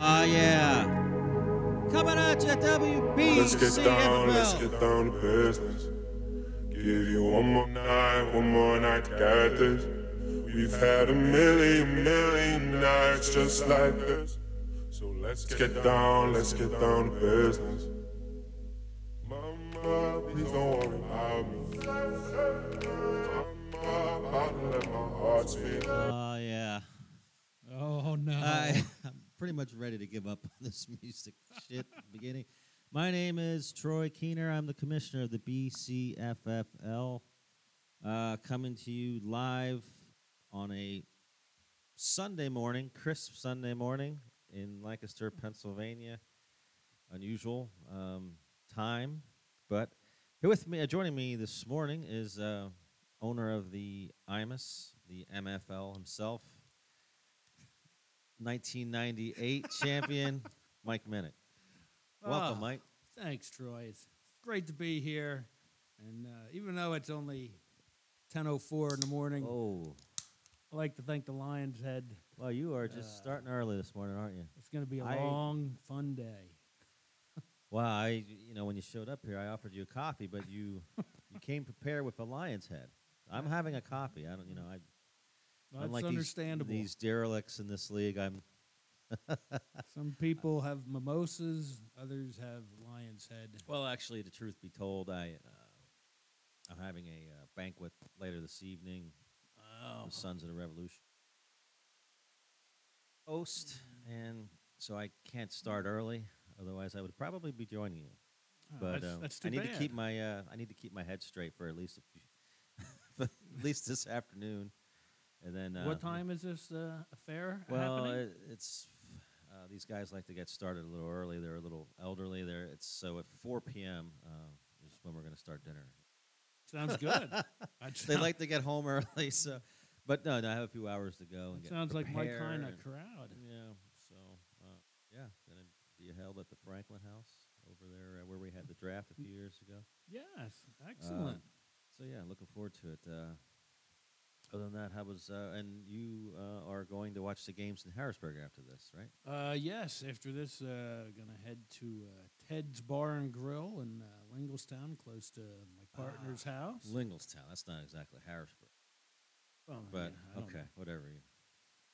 Oh, yeah. Coming at you, WBCFL. Let's get down, let's get down to business. Give you one more night, one more night to get this. We've had a million, million nights just like this. So let's get down, let's get down to business. Mama, please don't worry about me. Mama, I let my heart speak. Oh, yeah. Oh no. I, I'm pretty much ready to give up on this music shit at the beginning. My name is Troy Keener. I'm the commissioner of the BCFFL, uh, coming to you live on a Sunday morning, crisp Sunday morning in Lancaster, Pennsylvania. Unusual um, time, but here with me, uh, joining me this morning is uh, owner of the IMUS, the MFL himself, 1998 champion Mike Minnick. Welcome, Ah. Mike. Thanks, Troy. It's great to be here. And uh, even though it's only 10:04 in the morning, Oh, I'd like to thank the Lions Head. well, you are just Uh, starting early this morning, aren't you? It's going to be a I- long, fun day. Well, I, you know, when you showed up here, I offered you a coffee, but you, you came prepared with a lion's head. I'm having a coffee. I don't, you know, I. That's unlike these- understandable. These, derelicts in this league, I'm. Some people have mimosas, others have Lions Head. Well, actually, the truth be told, I, uh, I'm having a uh, banquet later this evening Wow. the Sons of the Revolution. Host, and so I can't start early. Otherwise, I would probably be joining you. But Oh, that's, um, that's too I need bad. to keep my uh, I need to keep my head straight for at least a few, for at least this afternoon, and then uh, what time is this uh, affair Well, happening? it, it's uh, these guys like to get started a little early. They're a little elderly. There, it's so at 4 p.m. Uh, is when we're going to start dinner. sounds good. That They sound- like to get home early, so. But no, no, I have a few hours to go. And that get sounds like my prepared kind of and- crowd. yeah. So, uh, yeah, going to be held at the Franklin House over there uh, where we had the draft a few years ago. Yes, excellent. So yeah, looking forward to it. Uh, other than that, how was uh, and you uh, are going to watch the games in Harrisburg after this, right? Uh, yes, after this, uh, gonna head to uh, Ted's Bar and Grill in uh, Lingelstown, close to Ah, my partner's house. Lingelstown. That's not exactly Harrisburg, Well, but yeah, I don't okay, know. whatever. You,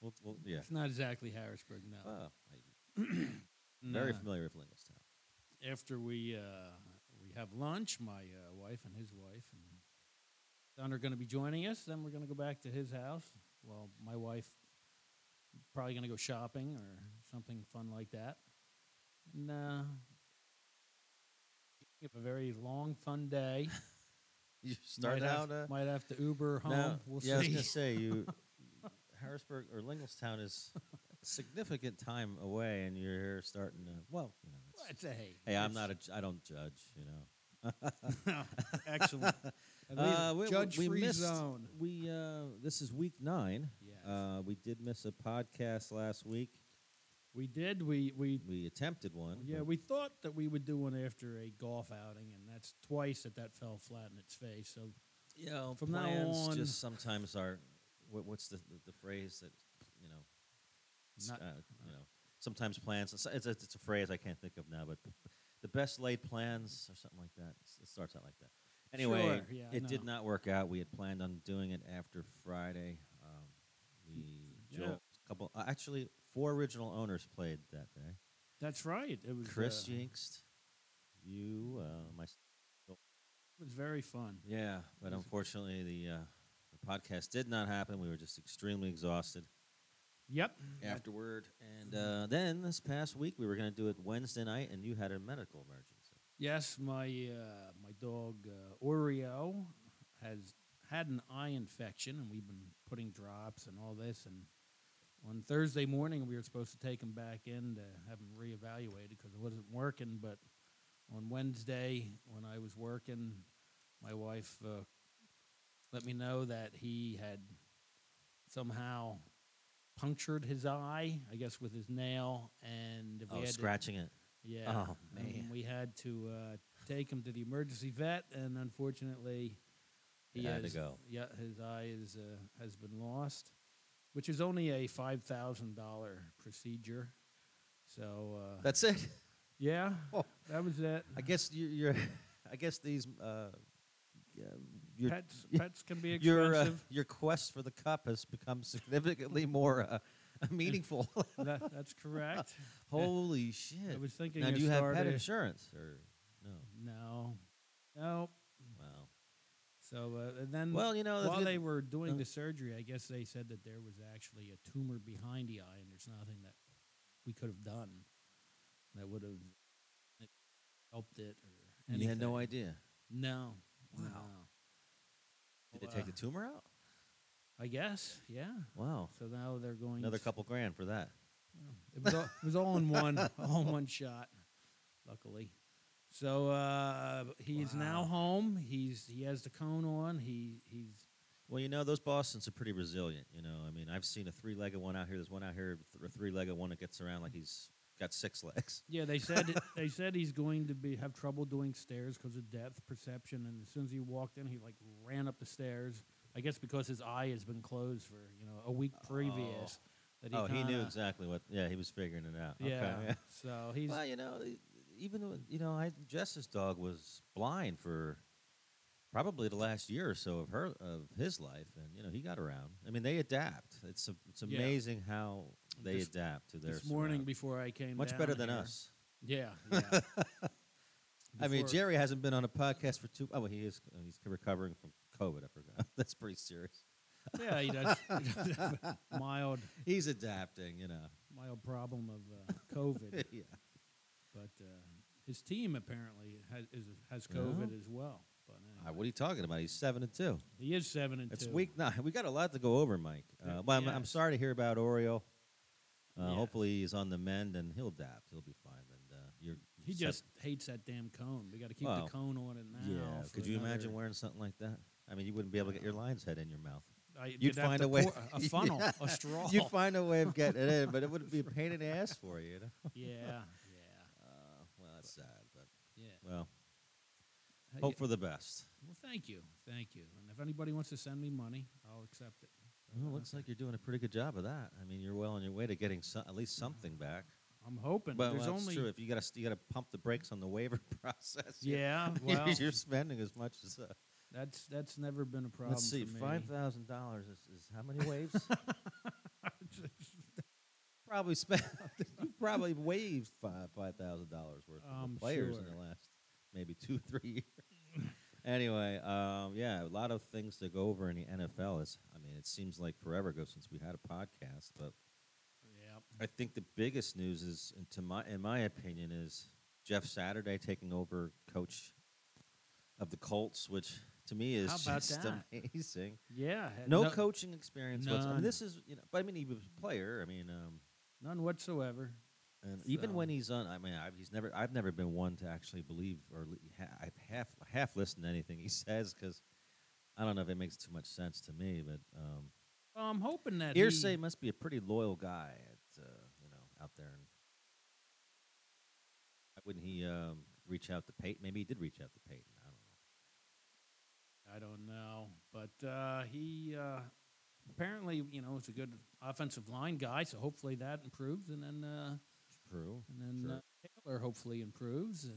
we'll, we'll, yeah. it's not exactly Harrisburg now. Oh, I- very familiar with Lingelstown. After we uh, we have lunch, my uh, wife and his wife and son are gonna be joining us. Then we're gonna go back to his house. Well, my wife probably gonna go shopping or something fun like that. And uh, have a very long, fun day. You started might out. Have, uh, might have to Uber home. Now- we'll yeah, I was see. gonna say you, Harrisburg or Lingelstown is a significant time away, and you're here starting. To, well, you know, it's- It's a hey. hey, I'm not a. ju- I don't judge. You know, a excellent. Uh, we- we- judge we free missed- zone. We uh, this is week nine. Yes. Uh, we did miss a podcast last week. We did. We we We attempted one. yeah. but We thought that we would do one after a golf outing, and that's twice that that fell flat in its face. So you know, from now plans on- just sometimes are. What, what's the, the the phrase that you know? s- Not- uh, you know, sometimes plans. It's, it's, a, it's a phrase I can't think of now, but the best laid plans or something like that. It's- It starts out like that. Anyway, Sure, yeah, I it did know. not work out. We had planned on doing it after Friday. Um, we Yeah. Joel, couple uh, actually four original owners played that day. that's right. It was Chris Uh, Jinxed, you, uh, my, it was very fun. yeah. But Was- unfortunately, the uh, the podcast did not happen. We were just extremely exhausted Yep. Mm-hmm. afterward. And uh, then this past week, we were going to do it Wednesday night, and you had a medical emergency. Yes, my uh, my dog uh, Oreo has had an eye infection, and we've been putting drops and all this. And on Thursday morning, we were supposed to take him back in to have him reevaluated because it wasn't working. But on Wednesday, when I was working, my wife uh, let me know that he had somehow punctured his eye, I guess, with his nail, and we oh, had to- scratching it. yeah. Oh, and man. we had to uh, take him to the emergency vet, and unfortunately, It had to has- go. Yeah, his eye is uh, has been lost, which is only a five thousand dollar procedure. So uh, That's it. yeah, Oh. that was it. I guess you, you're. I guess these. Uh, yeah, your Pets y- pets can be your uh, expensive. your quest for the cup has become significantly more uh, meaningful. That- that's correct. Holy shit! I was thinking. Now, of do you have pet starting- insurance or no? No, no. Wow. So uh, and then Well, you know, that's while good- they were doing uh, the surgery, I guess they said that there was actually a tumor behind the eye, and there's nothing that we could have done that would have helped it or anything. You had no idea. No. Wow. no. Did they take Uh, the tumor out? I guess. Yeah. Wow. So now they're going Another to- couple grand for that. It was all, it was all in one, all in one shot. Luckily, so uh, he's now Wow. home. He's he has the cone on. He he's Well, you know, those Bostons are pretty resilient. You know, I mean, I've seen a three legged one out here. There's one out here, th- a three legged one that gets around like he's got six legs. yeah. They said they said he's going to be have trouble doing stairs because of depth perception. And as soon as he walked in, he like ran up the stairs. I guess because his eye has been closed for you know a week previous. That oh, he knew kinda- exactly what. Yeah, he was figuring it out. Okay, Yeah. So he's Well, you know, e- even when- you know, I Jess's dog was blind for probably the last year or so of her of his life, and you know, he got around. I mean, they adapt. It's a, it's Yeah. amazing how they This- adapt to their this morning surround- before I came. much down better than here- us. Yeah. yeah. I mean, Before- Jerry hasn't been on a podcast for two. Oh, well, he is. He's recovering from COVID. I forgot. That's pretty serious. Yeah, he does. He does have a mild, He's adapting, you know. mild problem of uh, COVID, yeah. but uh, his team apparently has is, has Well. COVID as well. But Uh, anyway, what are you talking about? He's seven and two. he is seven and It's two. week nine. We got a lot to go over, Mike. Yeah, Uh, well, I'm, I'm yes. sorry to hear about Oriole. Uh, Yes. Hopefully, he's on the mend and he'll adapt. He'll be fine. And uh, you're He set- just hates that damn cone. We got to keep Well, the cone on it now. yeah. for Could you imagine another- wearing something like that? I mean, you wouldn't be able to get your lion's head in your mouth. I, You'd you'd have find to a way- pour a funnel, a straw. You'd find a way of getting it in, but it would be a pain in the ass for you. you know? yeah, yeah, uh, well, that's sad, but yeah. well, Hey, hope for the best. well, thank you, thank you. And if anybody wants to send me money, I'll accept it. Well, it looks like you're doing a pretty good job of that. I mean, you're well on your way to getting so, at least something back. I'm hoping. But There's well, that's only true. If you got to you got to pump the brakes on the waiver process. you- yeah. you're, Well, you're spending as much as. Uh, that's that's never been a problem. let's see, for me. five thousand dollars is, is how many waves? probably spent. you probably waived five five thousand dollars worth I'm of players in the sure. last maybe two three years. anyway, um, yeah, a lot of things to go over in the NFL. Is I mean, it seems like forever ago since we had a podcast, but Yep. I think the biggest news is, and to my in my opinion, is Jeff Saturday taking over coach of the Colts, which to me is How about just that? amazing. Yeah. No, coaching experience. whatsoever. I mean, None. this is you know, but I mean, he was a player. I mean, um, None whatsoever. and even So- when he's on, I mean, I've, he's never. I've never been one to actually believe or li- ha- I've half half listened to anything he says because I don't know if it makes too much sense to me. But um, Well, I'm hoping that Irsay he- must be a pretty loyal guy at uh, you know out there. And why wouldn't he um, reach out to Peyton? Maybe he did reach out to Peyton. I don't know. I don't know, but uh, he uh, apparently, you know, is a good offensive line guy. So hopefully that improves, and then uh, True. and then Sure. uh, Taylor hopefully improves. Uh,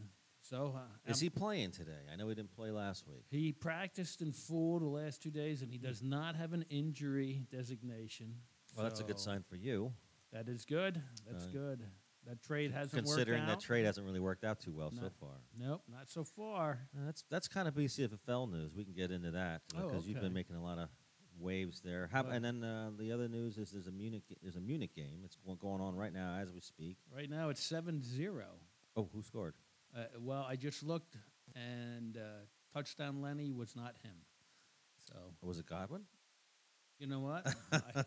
so uh, Is I'm- he playing today? I know he didn't play last week. He practiced in full the last two days, and he does not have an injury designation. Hmm. Well, that's a good So sign for you, That is good. That's Uh, good. That trade hasn't considering worked that out. trade hasn't really worked out too well so No. far. nope, not so far. Uh, That's that's kind of BCFFL news. We can get into that because Oh, you've okay. been making a lot of waves there. How, Well- and then uh, the other news is there's a Munich there's a Munich game. It's go- going on right now as we speak. Right now it's 7 0. Oh, who scored? Uh, well, I just looked, and uh, touchdown Lenny was not him. So, Was it Godwin? you know what? I,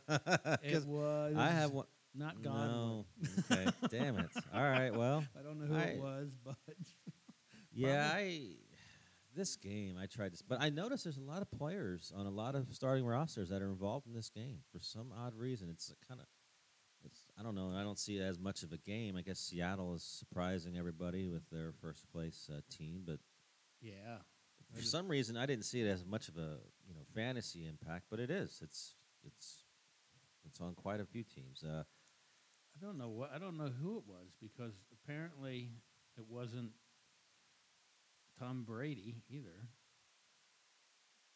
'Cause it was I have one. not Godwin. No. okay. Damn it. All right. Well. I don't know who I- it was, but Yeah. I. This game, I tried this, but I noticed there's a lot of players on a lot of starting rosters that are involved in this game for some odd reason. It's kind of. It's, I don't know. I don't see it as much of a game. I guess Seattle is surprising everybody with their first place uh, team, but yeah. for I just- some reason I didn't see it as much of a you know fantasy impact, but it is. It's it's it's on quite a few teams. Uh, I don't know what I don't know who it was because apparently it wasn't Tom Brady either.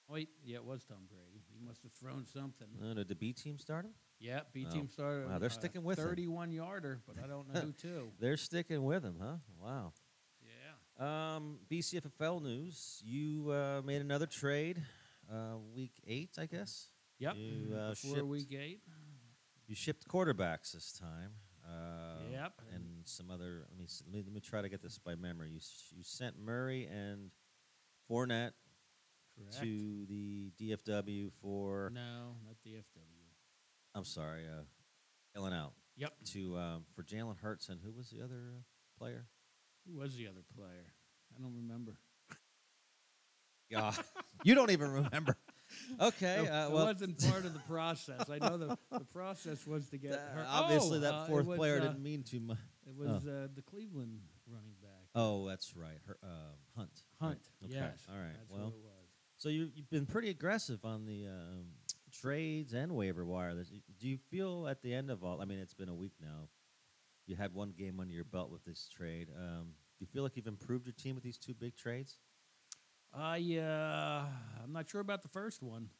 Wait, yeah, it was Tom Brady. He must have thrown something. No, no, the B team started. Yeah, B Oh. team started. Wow, they're sticking with him. thirty-one yarder, but I don't know who to. They're sticking with him, huh? Wow. Yeah. Um, BCFFL news. You uh, made another trade, uh, week eight, I guess. Yep. You, uh, Before shipped- week eight. You shipped quarterbacks this time. Uh, Yep. And some other. Let me, s- let me let me try to get this by memory. You s- you sent Murray and Fournette Correct. to the DFW for. No, not the FW. I'm sorry, uh, Ellen out Yep. to um, for Jalen Hurts and who was the other uh, player? Who was the other player? I don't remember. Yeah, you don't even remember. Okay, It uh, well, wasn't part of the process. I know the, the process was to get uh, her. obviously Oh, that uh, it fourth was, player uh, didn't mean too much. It was uh, the Cleveland running back Oh, that's right, Her, um Hunt. right? Hunt. Okay. Yes. All right. That's well, what it was. so you, you've been pretty aggressive on the um, trades and waiver wire. This- Do you feel at the end of all? I mean, it's been a week now. You had one game under your belt with this trade. Um, do you feel like you've improved your team with these two big trades? I uh, I'm not sure about the first one,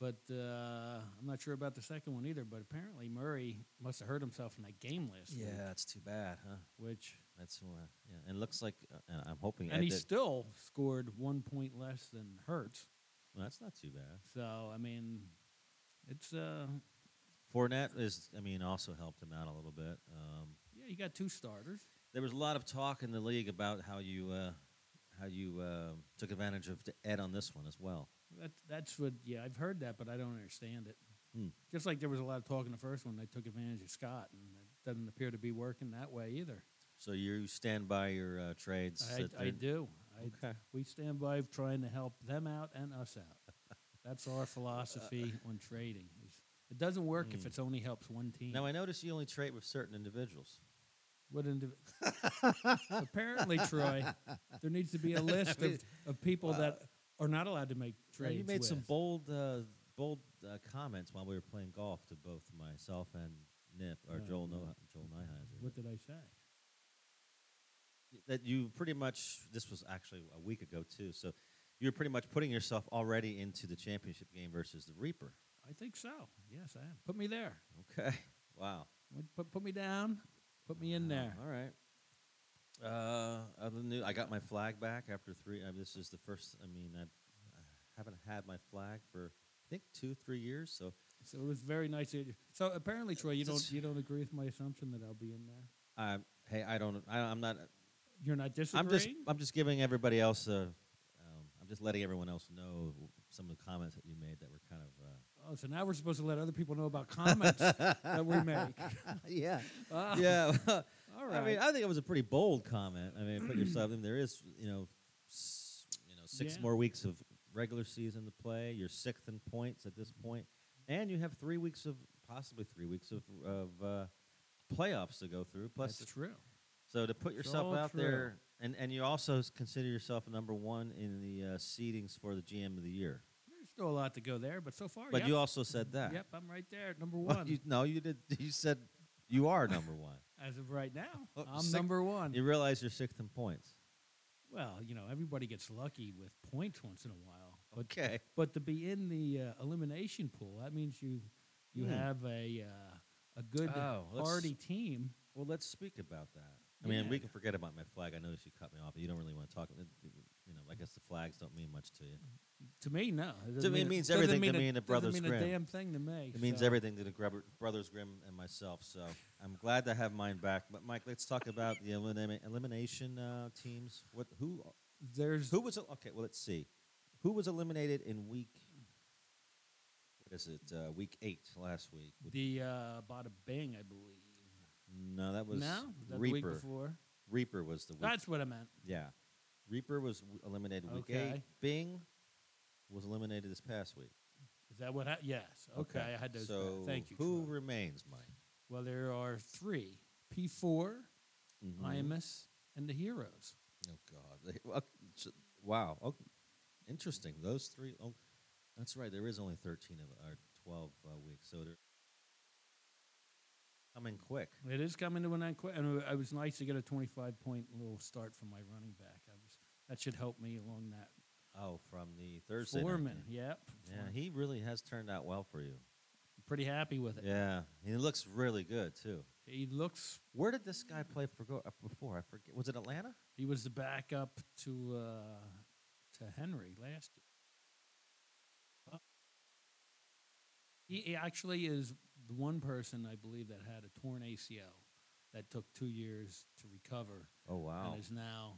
but uh, I'm not sure about the second one either. But apparently Murray must have hurt himself in that game last week, that's too bad, huh? which That's uh, yeah, and it looks like, uh, and I'm hoping. and I he did- still scored one point less than Hurts. well, that's not too bad. So I mean, it's uh, Fournette is, I mean, also helped him out a little bit. Um, yeah, you got two starters. there was a lot of talk in the league about how you uh, how you uh, took advantage of Ed on this one as well. That that's what yeah I've heard that, but I don't understand it. Hmm. Just like there was a lot of talk in the first one, they took advantage of Scott, and it doesn't appear to be working that way either. So you stand by your uh, trades. I, that I they're- do. I, Okay. We stand by trying to help them out and us out. That's our philosophy on trading. is It doesn't work if it's only helps one team. Hmm. Now I notice you only trade with certain individuals. What indiv- Apparently, Troy, there needs to be a list of, of people that are not allowed to make Now, trades. you made some with. bold uh, bold uh, comments while we were playing golf to both myself and Nip or Oh, Joel no. no- Joel Nyheiser. What did I say? that you pretty much this was actually a week ago too so you're pretty much putting yourself already into the championship game versus the reaper I think so. Yes, I am. Put me there. okay wow Would- Put, put me down. Put me in there. all right uh other new i got my flag back after three I this is the first i mean I, I haven't had my flag for i think two three years so So it was very nice. Of you. So apparently, Troy, you don't Just- you don't agree with my assumption that I'll be in there. i um, hey i don't I, i'm not You're not disagreeing. i'm just i'm just giving everybody else a um, i'm just letting everyone else know some of the comments that you made that were kind of uh, Oh, so now we're supposed to let other people know about comments that we make. yeah. Ah. uh, yeah. All I mean, right. I think it was a pretty bold comment. I mean, put yourself in there is, you know, s- you know, six Yeah. more weeks of regular season to play. You're sixth in points at this point, and you have three weeks of possibly three weeks of of uh, playoffs to go through. Plus, That's true. so to put It's yourself all out true. there, and and you also s- consider yourself number one in the uh, seedings for the GM of the year. There's still a lot to go there, but so far, But Oh, yep, you also said that. yep, I'm right there, at number Well, one you- no, you did. You said you are number one. as of right now. Oh, I'm six- number one. You realize you're sixth in points. well, you know, everybody gets lucky with points once in a while, but Okay. but to be in the uh, elimination pool, that means you you Hmm. have a uh, a good Oh, let's- hardy team. Well, let's speak about that. I mean, we Yeah. can forget about my flag. I noticed you cut me off. You don't really want to talk. it- it- You know, I guess the flags don't mean much to you. Mm-hmm. To me, no. doesn't To me, it mean- means doesn't everything to mean a- me and the doesn't Brothers mean a Grimm. damn thing to me. It means so- everything to the Grubber- Brothers Grimm and myself. So I'm glad to have mine back. But Mike, let's talk about the elim- elimination uh, teams. What? Who? There's Who was? el- Okay. Well, let's see. Who was eliminated in week? What is it? Uh, week eight last week. the uh, Bada Bing, I believe. No, that was no, Was that the week Reaper. before. Ah, Reaper was the week. That's what I meant. Yeah. Reaper was w- eliminated week eight. Okay. Bing was eliminated this past week. Is that what? I, yes. Okay, I had those. So Thank you. Who Troy. remains, Mike? well, there are three: P 4 Mm-hmm. Imus, and the Heroes. Oh God! They- well, s- Wow. Oh, interesting. Those three. Oh, that's right. There is only thirteen of or twelve uh, weeks. So there. Coming quick. It is coming to an end quick, and it was nice to get a 25 point little start from my running back. I was, that should help me along that. Oh, from the Thursday. night Foreman, game. yep. Yeah, he really has turned out well for you. Pretty happy with it. Yeah, he looks really good too. He looks. Where did this guy play for go- uh, before? I forget. Was it Atlanta? He was the backup to uh, to Henry last year. He he actually is the one person I believe that had a torn ACL that took two years to recover Oh wow! and is now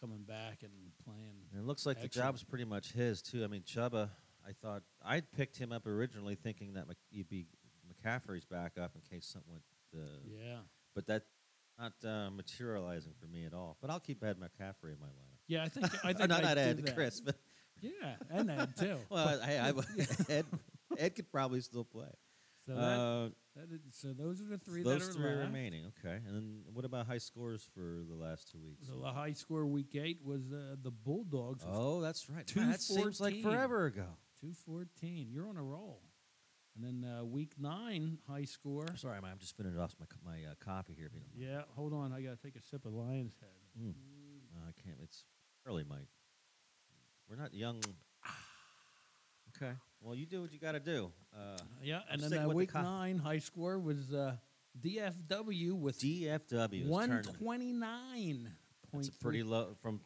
coming back and playing. And it looks like the Excellent. job's pretty much his too. I mean, Chuba. I thought I picked him up originally thinking that Mc- he'd be McCaffrey's backup in case something went. Uh, Yeah. But that's not uh, materializing for me at all. But I'll keep Ed McCaffrey in my lineup. Yeah, I think I Oh, think no, I'd not do Ed, that. Chris. But Yeah, and Ed too. well, hey, I, Ed, Ed could probably still play. so, that, Uh, that is, so those are the three Those that are three left. remaining. Okay, and then what about high scores for the last two weeks? The la- high score week eight was uh, the Bulldogs with oh, that's right. Man, that seems like 214. forever ago. two fourteen. You're on a roll. And then uh, week nine high score. I'm sorry, man. I'm just finishing off my co- my uh, copy here. If you don't mind. Yeah, hold on. I gotta take a sip of Lion's Head. Mm. Uh, I can't. It's early, Mike. We're not young. Okay. Well, you do what you got to do. Uh, Yeah, I'm and then sticking uh, with the week cop. nine high score was uh, DFW with DFW. is one turning. twenty nine It's point a pretty low from.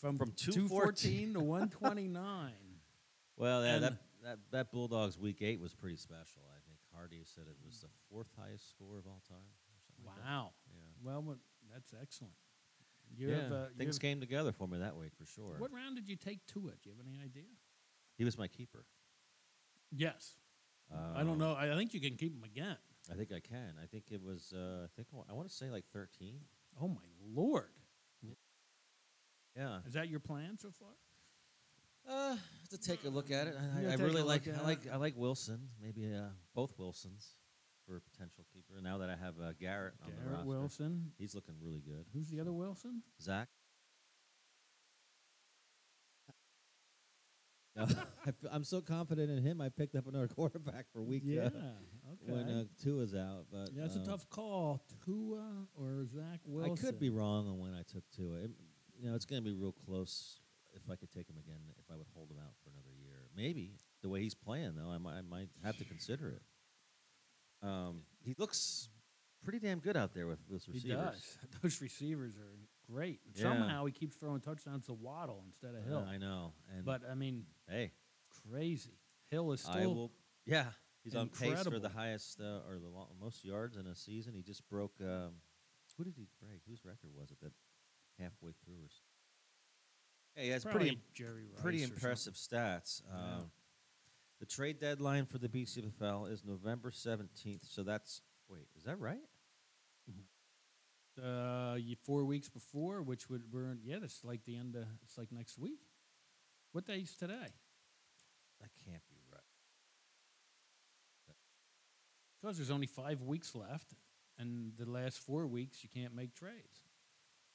from from 214 to one twenty nine. Well, yeah, And- that, that that Bulldogs week eight was pretty special. I think Hardy said it was the fourth highest score of all time. Or something Like that. Wow. Yeah. Well, what- that's excellent. You Yeah, have, uh, you things have- came together for me that week for sure. What round did you take to it? Do you have any idea? He was my keeper. Yes. I Um, don't know. I I think you can keep them again. I think I can. I think it was. Uh, I think I wa- I want to say like thirteen. Oh my lord! Yeah. Is that your plan so far? Uh, have to take a look at it. Yeah, I, I take a really look like. at I it. like. I like Wilson. Maybe uh, both Wilsons for a potential keeper. Now that I have uh, Garrett on the Garrett roster, Wilson. he's looking really good. Who's the other Wilson? Zach. No, I f- I'm so confident in him. I picked up another quarterback for week Yeah. uh, Okay. when uh, Tua's out. But Yeah, That's um, a tough call. Tua or Zach Wilson? I could be wrong on when I took Tua. It, you know, it's going to be real close. If I could take him again, if I would hold him out for another year, maybe the way he's playing though, I might, I might have to consider it. Um, he looks pretty damn good out there with those He receivers. does. Those receivers are great. And Yeah. Somehow he keeps throwing touchdowns to Waddle instead of Uh, Hill. I know, and but I mean, hey, crazy. Hill is still I will. Yeah, he's on pace for the incredible. highest uh, or the lo- most yards in a season. He just broke. Um, who did he break? Whose record was it? That halfway through. Or s- hey, that's probably pretty im- Jerry Rice pretty or something. impressive stats. Yeah. Um, the trade deadline for the BCFL is November seventeenth. So that's wait, is that right? uh, y- four weeks before, which would burn. Yeah, that's like the end of. It's like next week. What day's today? That can't be right. Because there's only five weeks left, and the last four weeks you can't make trades.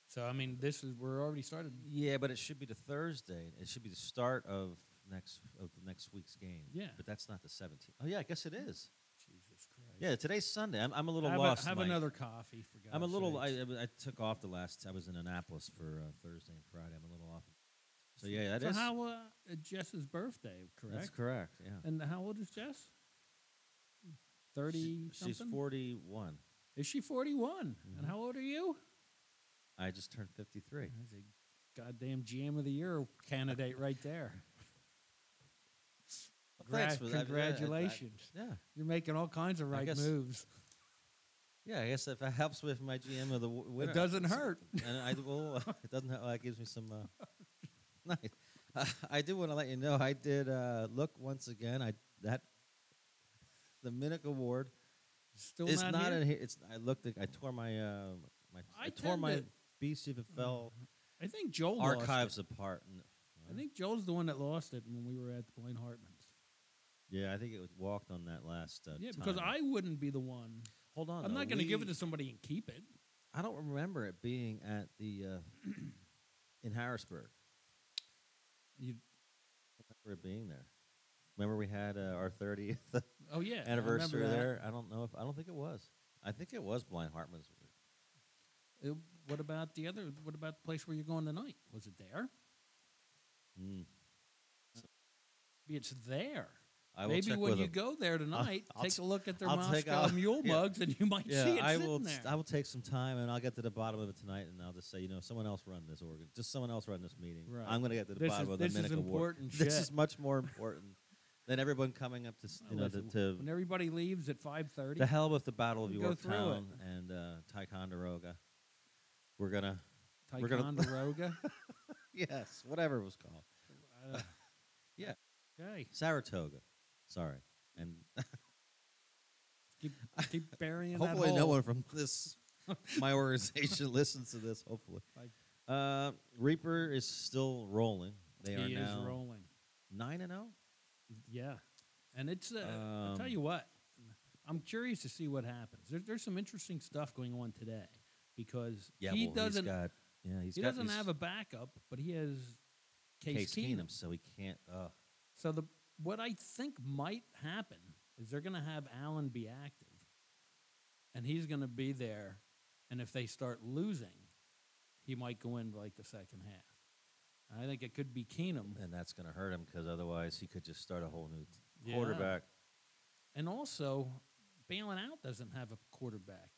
So I mean, this is we're already started. Yeah, but it should be the Thursday. It should be the start of next of the next week's game. Yeah. but that's not the seventeenth. Oh yeah, I guess it is. Jesus Christ! Yeah, today's Sunday. I'm, I'm a little have, a- lost. have Mike. another coffee. For God's I'm a little. I, sakes. I I took off the last. I was in Annapolis for uh, Thursday and Friday. I'm a little off. So yeah, that so is. how uh, uh, Jess's birthday? Correct. that's correct. Yeah. And how old is Jess? Thirty. She's Mm-hmm. something? 41. Is she forty-one? And how old are you? I just turned 53. That's a goddamn GM of the year candidate right there. Well, thanks Gra- for that. Yeah, I- I- Congratulations. Yeah. You're making all kinds of I right guess moves. Yeah. I guess if it helps with my GM of the w- winner, It doesn't hurt. And I well, it doesn't. Help, that gives me some. Uh, nice. Uh, I do want to let you know. I did uh, look once again. I that the Minnick Award. Still it's not, not, here? in here. It's I looked. at- I tore my uh, my I I, tore tend my to- BCFL I think Joel lost archives apart. And, it. I think Joel's the one that lost it when we were at Blaine Hartman's. yeah, I think it was walked on that last. Uh, Yeah, because time. I wouldn't be the one. hold on. I'm though, not going to give we- it to somebody and keep it. I don't remember it being at the uh, in Harrisburg. You, I remember it being there. Remember we had uh, our 30th oh yeah, I remember anniversary that. there. I don't know if I don't think it was. I think it was Blind Hartman's. Uh, what about the other? What about the place where you're going tonight? Was it there? Mm. Maybe It's there. I will Maybe check when with you him. go there tonight, I'll take t- a look at their I'll take- Moscow I'll- Mule yeah. mugs, and you might see it I sitting will. there. I will take some time, and I'll get to the bottom of it tonight, and I'll just say, you know, someone else run this organ. Just someone else run this meeting. Right. I'm going to get to the This bottom is- of the this is Minnick Award. important This shit. is much more important than everyone coming up to s- you Well, know to, listen, to when everybody leaves at five thirty, the hell with the Battle of We'll go through it. Yorktown and uh, Ticonderoga. We're gonna we're gonna- Ticonderoga. yes, whatever it was called, uh, Yeah. Okay. Saratoga. Sorry, and Keep, keep burying that hopefully no hole. one from this my organization listens to this. Hopefully, Like- uh, Reaper is still rolling. They are he is now rolling. nine and oh? zero. Yeah, and it's. Uh, I'll tell Um, you what, I'm curious to see what happens. There, there's some interesting stuff going on today because Yeah, he well, doesn't. He's got, yeah, he's he got, doesn't he's have a backup, but he has Case, Case Keenum. Keenum, so he can't. Uh, So the what I think might happen is they're going to have Allen be active, and he's going to be there. And if they start losing, he might go in like the second half. I think it could be Keenum. and that's going to hurt him because otherwise he could just start a whole new Yeah. quarterback. And also, bailing out doesn't have a quarterback.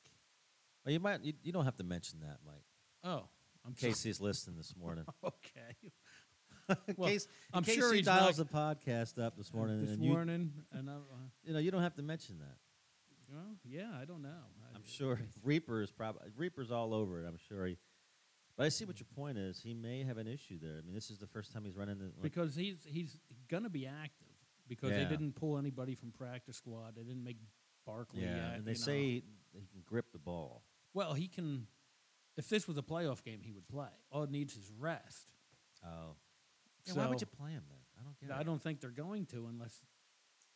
Well, you might. You, you don't have to mention that, Mike. Oh, I'm In case he's listening this morning. sorry. okay. in Well, case, in I'm case sure he he's dials not- the podcast up this morning, This and morning, and I, uh, you you know you don't have to mention that. well, yeah, I don't know. I- I'm sure Reaper is probably Reaper's all over it. I'm sure he. But I see what your point is. He may have an issue there. I mean, this is the first time he's run into. Like, because he's he's going to be active because they Yeah. didn't pull anybody from practice squad. They didn't make Barkley. yeah, uh, and they you know. say he, he can grip the ball. well, he can. If this was a playoff game, he would play. All it needs is rest. Oh, yeah, why would So- you play him then? I don't get it. I don't think they're going to unless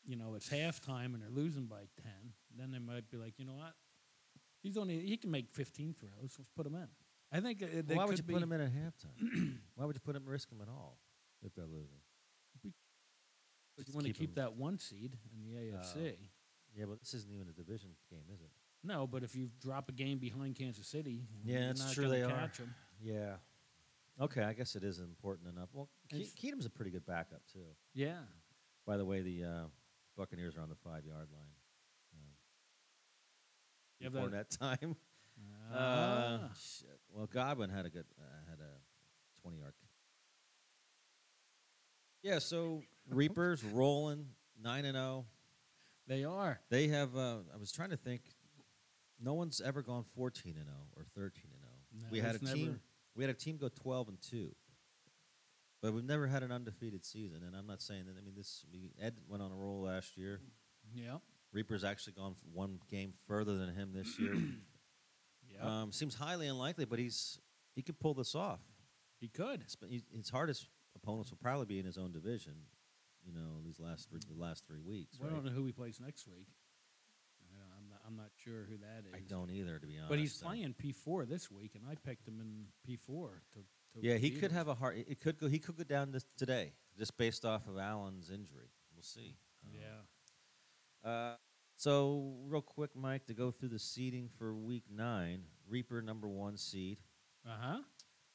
you know it's halftime and they're losing by ten. Then they might be like, you know what, he's only he can make fifteen throws. Let's put him in. I think uh, they Well, why could would you be, put him in at halftime? why would you put him risk him at all if they're losing? You Just want to keep keep, him- Oh. that one seed in the AFC. Yeah, but this isn't even a division game, is it? no, but if you drop a game behind Kansas City, Yeah, you're that's not true, gonna they are. catch 'em. Yeah. Okay, I guess it is important enough. Well, Ke- It's- Keenum's a pretty good backup too. Yeah, By the way, the uh, Buccaneers are on the five yard line. Um, You have before that time. Uh, Ah. shit. Well, Godwin had a good uh, had a twenty yard. kick. Yeah, so Reapers rolling nine and oh. zero. they are. They have. Uh, I was trying to think. No one's ever gone fourteen and zero or thirteen and zero. No, we had a it's team. never- We had a team go twelve and two. But we've never had an undefeated season, and I'm not saying that. I mean, this we, Ed went on a roll last year. Yeah, Reaper's actually gone f- one game further than him this year. yeah. um, seems highly unlikely, but he's he could pull this off. he could. It's- but he- His hardest opponents will probably be in his own division. You know, these last three, the last three weeks. We right? don't know who he plays next week. I don't, I'm, not, I'm not sure who that is. I don't either, to be honest. But he's so- playing P4 this week, and I picked him in P4. To, to Yeah, he beat could him. have a hard. It could go. He could go down this today, just based off of Allen's injury. We'll see. Um, Yeah. Uh, so real quick, Mike, to go through the seeding for Week Nine. Reaper number one seed. Uh huh.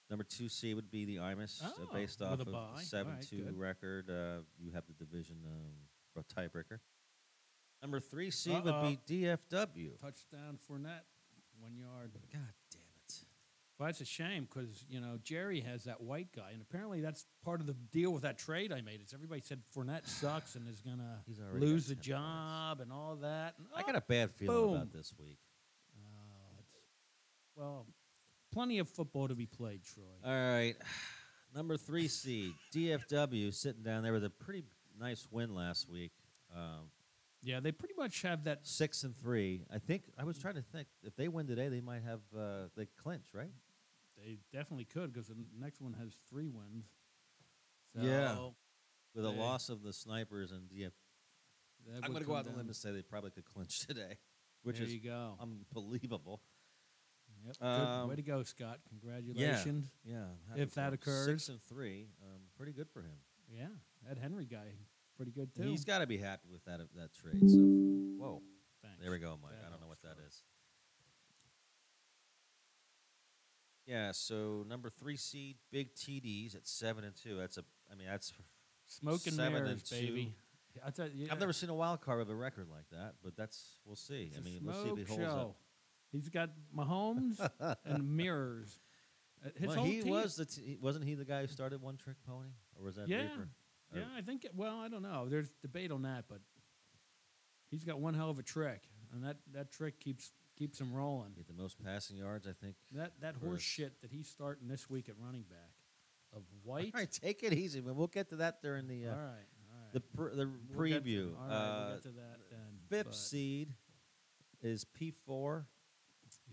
Number two seed would be the Imus, uh, Oh, based with off a of the bye. seven Alright, two good. record. Uh, you have the division um, for tiebreaker. Number three seed Uh-oh. would be DFW. Touchdown Fournette, one yard. God damn it! Well, that's a shame because you know Jerry has that white guy, and apparently that's part of the deal with that trade I made. Is everybody said Fournette sucks and is gonna He's already got lose the 10 points. job and all that. And, I oh, got a bad feeling about boom. this week. Oh, it's, well, plenty of football to be played, Troy. All right. Number three seed, DFW, sitting down there with a pretty nice win last week. Um, yeah, they pretty much have that. six and three. I think I was trying to think if they win today, they might have uh, they clinch, right? They definitely could because the next one has three wins. So Yeah. With a They- loss of the snipers and DF. that I'm going would to go come out on a limb down- and say they probably could clinch today, which there is you go. unbelievable. Yep, um, good. Way to go, Scott! Congratulations. Yeah, I'm happy If for that him. occurs. Um, six and three, um, pretty good for him. Yeah. that Henry guy, pretty good too. He's got to be happy with uh, that that trade. So, whoa, Thanks. there we go, Mike. That I don't know what that helps, Troy. is. Yeah, so number three seed, big TDs at seven and two. That's a, I mean, that's. Smoke and Seven and mirrors, two. baby. I tell you, I've never seen a wild card with a record like that, but that's we'll see. it's I a mean, we'll see if he smoke holds show. up. He's got Mahomes and mirrors. Uh, His well, whole he team- was the t- wasn't he the guy who started One Trick Pony, or was that Yeah. Reaper? Or- Yeah, I think. it- Well, I don't know. There's debate on that, but he's got one hell of a trick, and that, that trick keeps keeps him rolling. He had the most passing yards, I think. That that Or horse it's- shit that he's starting this week at running back of All White. right, take it easy, man. We'll get to that during the uh, All right, all right. the pr- the We'll get to- preview. all right, we'll uh, get to that then. fifth but, seed is P four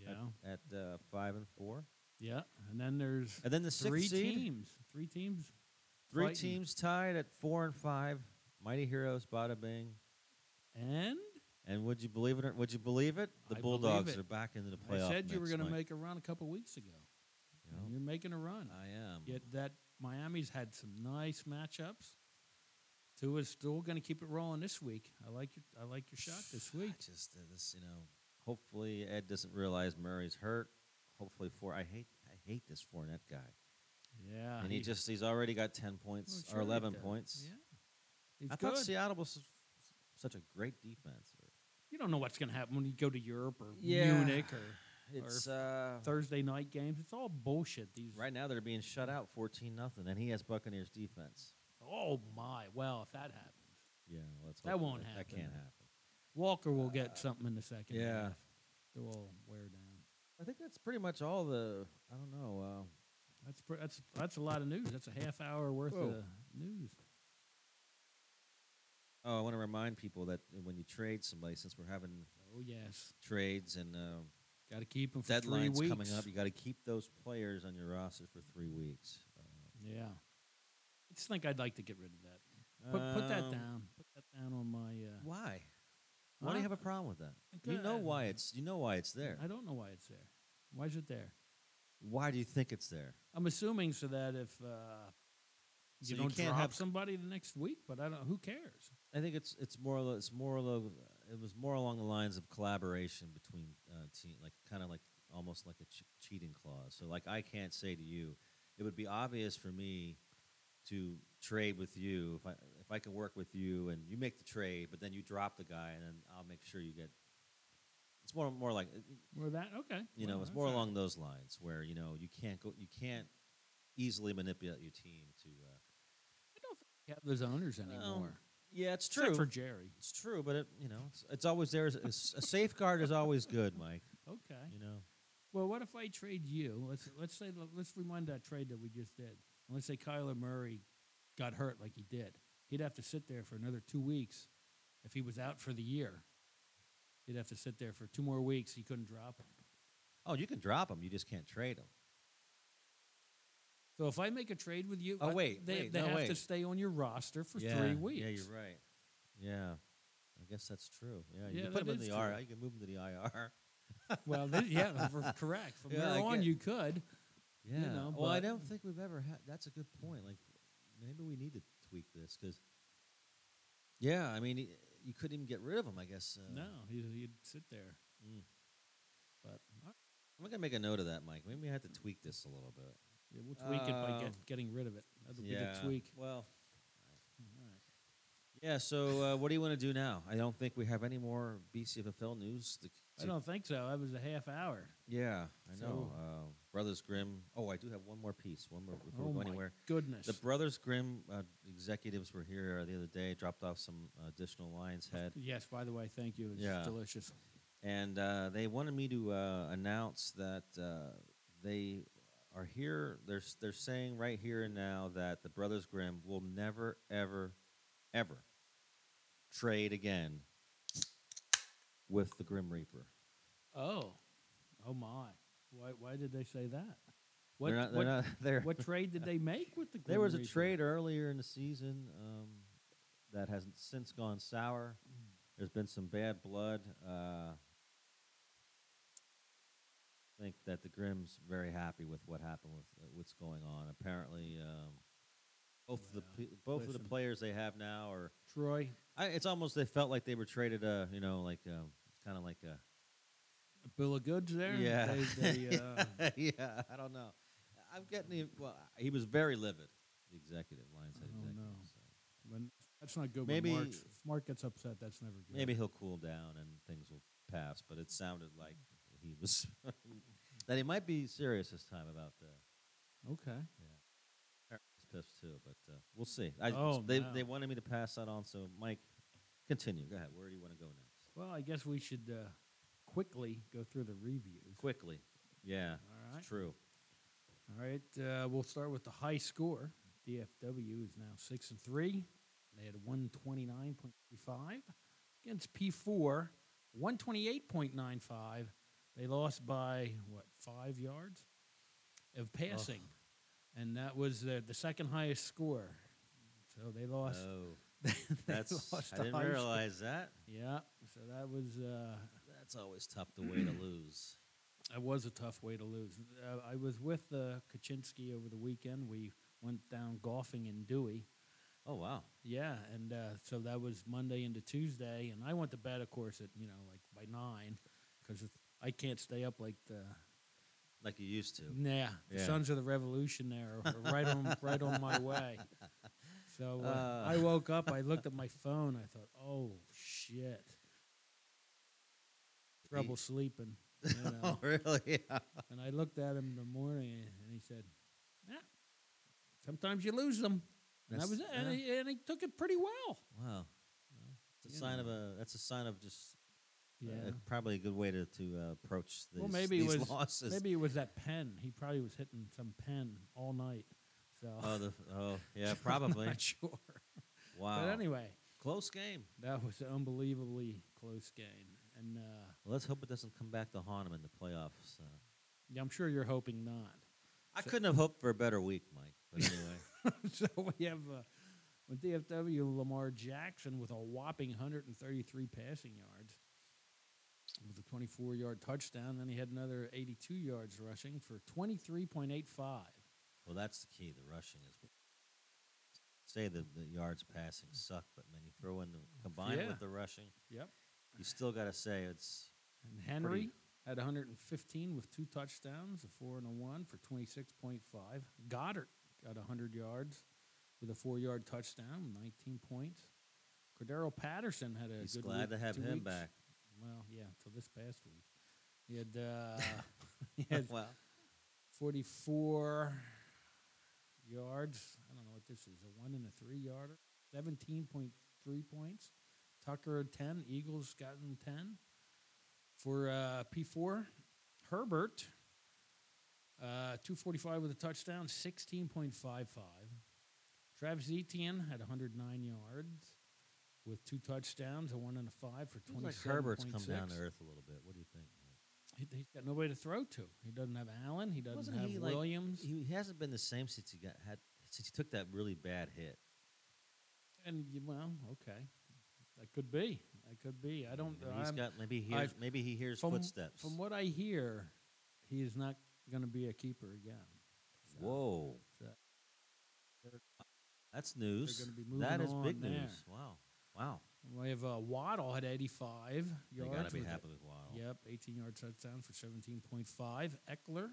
yeah, at uh, five and four, yeah, and then there's and then the sixth three seed, teams, three teams. three fighting. teams tied at four and five. Mighty Heroes, Bada Bing, And and would you believe it? Or, would you believe it? The I believe Bulldogs it. are back into the I playoff. said you were mix, going to Mike. make a run a couple weeks ago. You and know, you're making a run. I am. Yet that Miami's had some nice matchups. Two is still going to keep it rolling this week. I like your I like your shot this week. I just uh, this, you know. Hopefully, Ed doesn't realize Murray's hurt. Hopefully, four. I hate, I hate this Fournette guy. Yeah, and he just, he's already got ten points Well, Ah, sure or Oh, he eleven does. points. Yeah, he's I good. thought Seattle was s- such a great defense. you don't know what's going to happen when you go to Europe or Yeah. Munich or It's uh, Thursday night games. It's all bullshit. These right now they're being shut out fourteen nothing, and he has Buccaneers defense. oh my, well if that happens, Yeah, let's That hope won't that, happen. That can't happen. Walker will get something in the second. Uh, yeah. half. they will wear down. I think that's pretty much all the. I don't know. Uh, That's pr- that's that's a lot of news. That's a half hour worth Whoa. of news. oh, I want to remind people that when you trade somebody, since we're having Oh yes, trades and. Uh, got to keep them for three deadline's weeks. coming up. You got to keep those players on your roster for three weeks. Yeah. I just think I'd like to get rid of that. Put, put that Um, down. Put that down on my. Uh, Why? Why do Huh? you have a problem with that? You know Good. why it's you know why it's there. I don't know why it's there. Why is it there? Why do you think it's there? I'm assuming so that if uh, So you don't can't drop have. somebody the next week, but I don't. Who cares? I think it's it's more lo- it's more lo- it was more along the lines of collaboration between uh, team, like kind of like almost like a che- cheating clause. So like I can't say to you, it would be obvious for me to trade with you if I if I can work with you and you make the trade, but then you drop the guy and then I'll make sure you get. It's more more like Or that? Okay. you know Well, it's that's more all right. along those lines where you know you can't go you can't easily manipulate your team to. Uh, I don't think we have those owners anymore. yeah, it's Except for Jerry. It's true, but it, you know, it's, it's always there. as- as- A safeguard is always good, Mike. Okay. You know, Well, what if I trade you? Let's let's say let's rewind that trade that we just did. And let's say Kyler Murray got hurt like he did. He'd have to sit there for another two weeks if he was out for the year. He'd have to sit there for two more weeks. He couldn't drop him. oh, you can drop them, you just can't trade them. So if I make a trade with you, Oh, I- wait, they, wait, they no, have to wait. stay on your roster for yeah, three weeks. Yeah, you're right. Yeah, I guess that's true. Yeah, you Yeah, can put that them in is the true. IR. You can move them to the IR. Well, th- yeah, for- correct. From Yeah, I there on, get- you could. Yeah. know, well, I but- don't think we've ever had. That's a good point. Like, maybe we need to tweak this because. Yeah, I mean, y- you couldn't even get rid of them. I guess. Uh, No, he, he'd sit there. Mm. But all right, I'm gonna make a note of that, Mike. Maybe we have to tweak this a little bit. yeah, we'll tweak it by Uh, get, getting rid of it. That'll yeah. be the tweak. Well, All right. Yeah. So, uh, what do you want to do now? I don't think we have any more BCFFL news. To, I don't think so. That was a half hour. Yeah, I know. So- uh, Brothers Grimm. Oh, I do have one more piece. One more before we go anywhere. Oh goodness! The Brothers Grimm uh, executives were here uh, the other day. Dropped off some additional Lions head, yes, by the way, thank you. It's Yeah. delicious. and uh, they wanted me to uh, announce that uh, they are here. They're s- they're saying right here and now that the Brothers Grimm will never, ever, ever trade again with the Grim Reaper. Oh, oh my! Why why did they say that? What they're not, what, they're not, they're, what trade did they make with the? there Grim was a Reaper? trade earlier in the season um, that has since gone sour. Mm. There's been some bad blood. Uh, I think that the Grimm's very happy with what happened with uh, what's going on. Apparently, um, both of the pe- both of listen. the players they have now are. Troy. I, it's almost they felt like they were traded. Uh, you know, like um, kind of like a a bill of goods there. Yeah. They- they, uh, yeah, I don't know. I'm getting the, well. He was very livid. The executive, Lionshead Oh, executive. no. so. when, that's not good. Maybe- when Mark, if Mark gets upset. That's never good. Maybe he'll cool down and things will pass. But it sounded like he was that he might be serious this time about the. Okay. He's pissed too, but uh, we'll see. I, Er Oh, they no. they wanted me to pass that on. So Mike, continue. Go ahead. Where do you want to go next? Well, I guess we should uh, quickly go through the reviews. Quickly. Yeah, All right. it's true. All right, uh, we'll start with the high score. DFW is now six and three. They had one twenty nine point three five against P four, one twenty eight point nine five. They lost by what five yards of passing, and that was uh, the second highest score. So they lost. Oh, they that's lost I the didn't high sc- realize that. Yeah, so that was uh, That's always tough the way to lose. That was a tough way to lose. Uh, I was with uh, Kaczynski over the weekend. We went down golfing in Dewey. Oh wow. Yeah, and uh, so that was Monday into Tuesday, and I went to bed, of course, at you know like by nine, because I can't stay up like the Like you used to. nah, the Yeah. Sons of the Revolution there, are right on right on my way. So uh, Uh. I woke up, I looked at my phone, I thought, oh shit, trouble sleeping. You know? Oh really? Yeah. And I looked at him in the morning, and he said, "Yeah, sometimes you lose them." And that That's- was it. And, yeah. he, and he took it pretty well. Wow. It's a You sign of a. That's a sign of just. uh, Yeah. probably a good way to, to uh, approach these, well, maybe it these was losses. maybe it was that pen. He probably was hitting some pen all night. So Oh, the, oh yeah, I'm probably. not sure. Wow. But anyway, Close game. that was an unbelievably close game, and uh, Well, let's hope it doesn't come back to haunt him in the playoffs. Uh, yeah, I'm sure you're hoping not. I couldn't have hoped for a better week, Mike. But anyway, so we have uh, with DFW Lamar Jackson with a whopping 133 passing yards with a 24 yard touchdown. Then he had another 82 yards rushing for 23.85. well, that's the key. The rushing is. Say the, the yards passing suck, but when you throw in the combined Yeah. with the rushing, Yep. you still got to say it's And Henry had 115 with two touchdowns, a four and a one for 26.5. Goddard got 100 yards with a four yard touchdown, 19 points. Cordero Patterson had a he's good glad to week, have two him weeks. back. Well, yeah, until this past week. He had, uh, he had well, 44 yards. I don't know what this is a one and a three yarder. 17.3 points. Tucker had 10. Eagles gotten 10. For uh, P4, Herbert, uh, 245 with a touchdown, 16.55. Travis Etienne had 109 yards with two touchdowns, a one and a five for seems 27. like Herbert's come down to earth a little bit. What do you think? Mike? He, he's got nobody to throw to. He doesn't have Allen. He doesn't Wasn't have he, like, Williams. He hasn't been the same since he got had since he took that really bad hit. and you, well, okay, that could be. That could be. I don't. Maybe know. he's I'm- got maybe he hears, I've- maybe he hears from, footsteps. From what I hear, he is not going to be a keeper again. So Whoa. So- That's news. gonna be moving that is on big there. news. Wow. Wow. We have uh, Waddle had 85 yards. they got to be with a- happy with Waddle. Oh. Yep, 18 yard touchdown for 17.5. Eckler,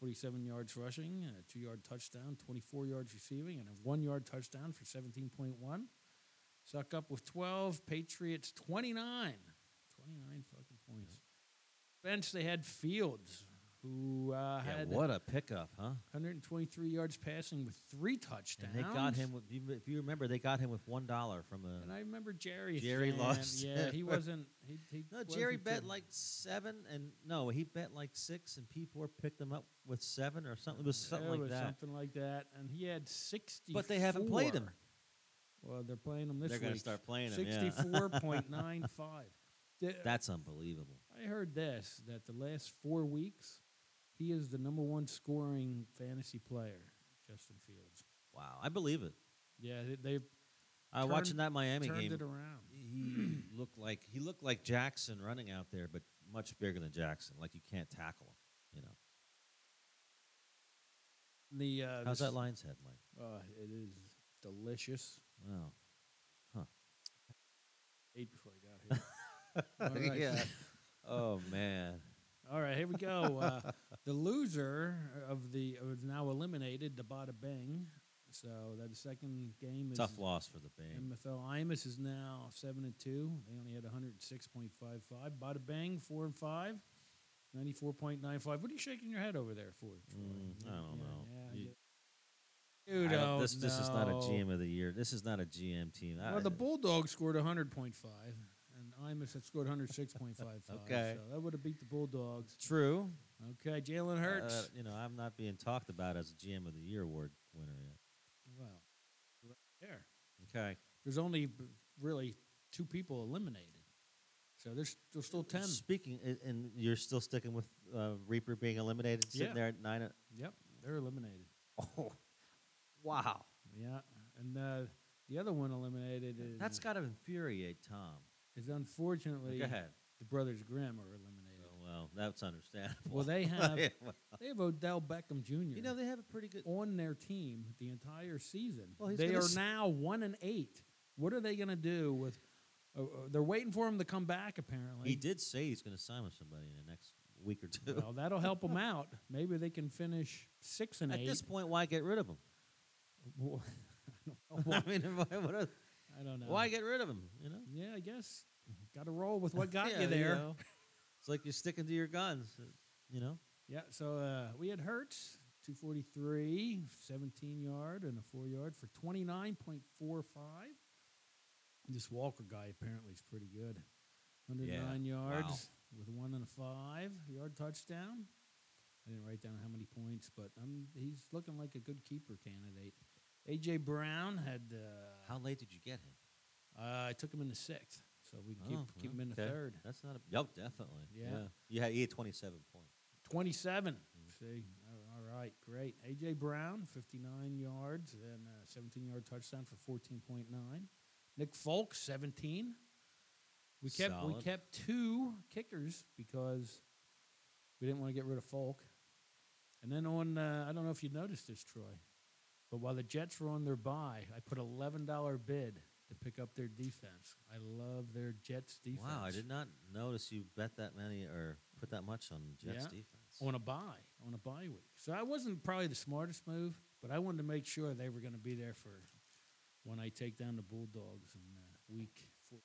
47 yards rushing, a two yard touchdown, 24 yards receiving, and a one yard touchdown for 17.1. Suck up with 12. Patriots, 29. 29 fucking points. Bench, they had Fields, who uh, Yeah, had what a pickup, huh? 123 yards passing with three touchdowns. And they got him. With, you- if you remember, they got him with one dollar from a. And I remember Jerry. Jerry fan. lost Yeah, he it. wasn't. He, he no, Jerry wasn't, bet uh, like seven, and no, he bet like six, and P4 picked him up with seven or something. It was something It like was that. Something like that, and he had sixty. But they haven't played him. Well, they're playing him this They're week. gonna start playing him, yeah. Sixty-four point nine five. That's unbelievable. I heard this that the last four weeks, he is the number one scoring fantasy player, Justin Fields. Wow, I believe it. Yeah, they, they've I Turned- watching that Miami turned game. it around. He looked like he looked like Jackson running out there, but much bigger than Jackson. Like you can't tackle him. You know The uh, how's this- that lion's head, Mike? Uh, it is delicious. Wow. Ate before I got here. All right. yeah. Oh man. right, here we go. Uh, the loser of the is now eliminated. The Bada Bing. So that the second game is Tough loss for the Bing. MFL. Imus is now seven and two. They only had 106.55. Bada Bang four and five. 94.95. What are you shaking your head over there for, Troy? Mm, I Yeah, don't know. yeah, You- yeah. You I don't- don't this this is not a know. GM of the year. This is not a GM team. I- Well, the Bulldogs scored 100.5, and Imus had scored 106.55. Okay. So that would have beat the Bulldogs. true. Okay, Jalen Hurts. Uh, you know, I'm not being talked about as a GM of the year award winner yet. well, right there. Okay. There's only b- really two people eliminated. So there's, there's still 10. Speaking, a- and you're still sticking with uh, Reaper being eliminated, sitting Yeah. there at nine. o- Yep, they're eliminated. Oh, wow. Yeah. And uh, the other one eliminated is, That's got to infuriate Tom. is Go unfortunately ahead. the Brothers Grimm are eliminated. Oh, well, that's understandable. Well, they have Yeah, well, they have Odell Beckham Jr. you know, they have a pretty good. on their team the entire season. Well, he's they gonna are s- now one and eight. What are they going to do with? Uh, uh, they're waiting for him to come back. Apparently, He did say he's going to sign with somebody in the next week or two. Well, that'll help him out. Maybe they can finish six and At eight. this point, why get rid of him? Well, I mean, why, what are- I don't know. why get rid of him? You know, Yeah, I guess got to roll with what got Yeah, you there. know, it's like you're sticking to your guns. uh, You know, Yeah. So uh, we had Hertz. 243, 17 yard, and a four yard for 29.45. This Walker guy apparently is pretty good. 109 yards Wow. with one and a five yard touchdown. I didn't write down how many points, but um, he's looking like a good keeper candidate. A.J. Brown had. Uh, how late did you get him? uh, I took him in the sixth, so we keep, Oh, keep him in the okay. third. That's not a. Yep, definitely. Yeah. You had, he had 27 points. 27. See, all- all right, great. AJ Brown, 59 yards and a 17 yard touchdown for 14.9. Nick Folk, 17. We kept we Solid. kept two kickers because we didn't want to get rid of Folk. And then on, uh, I don't know if you noticed this, Troy, but while the Jets were on their bye, I put eleven dollar bid to pick up their defense. I love their Jets defense. Wow, I did not notice you bet that many or put that much on Jets Yeah. defense. on a buy on a bye week. So I wasn't probably the smartest move, but I wanted to make sure they were going to be there for when I take down the Bulldogs in uh, week. Four.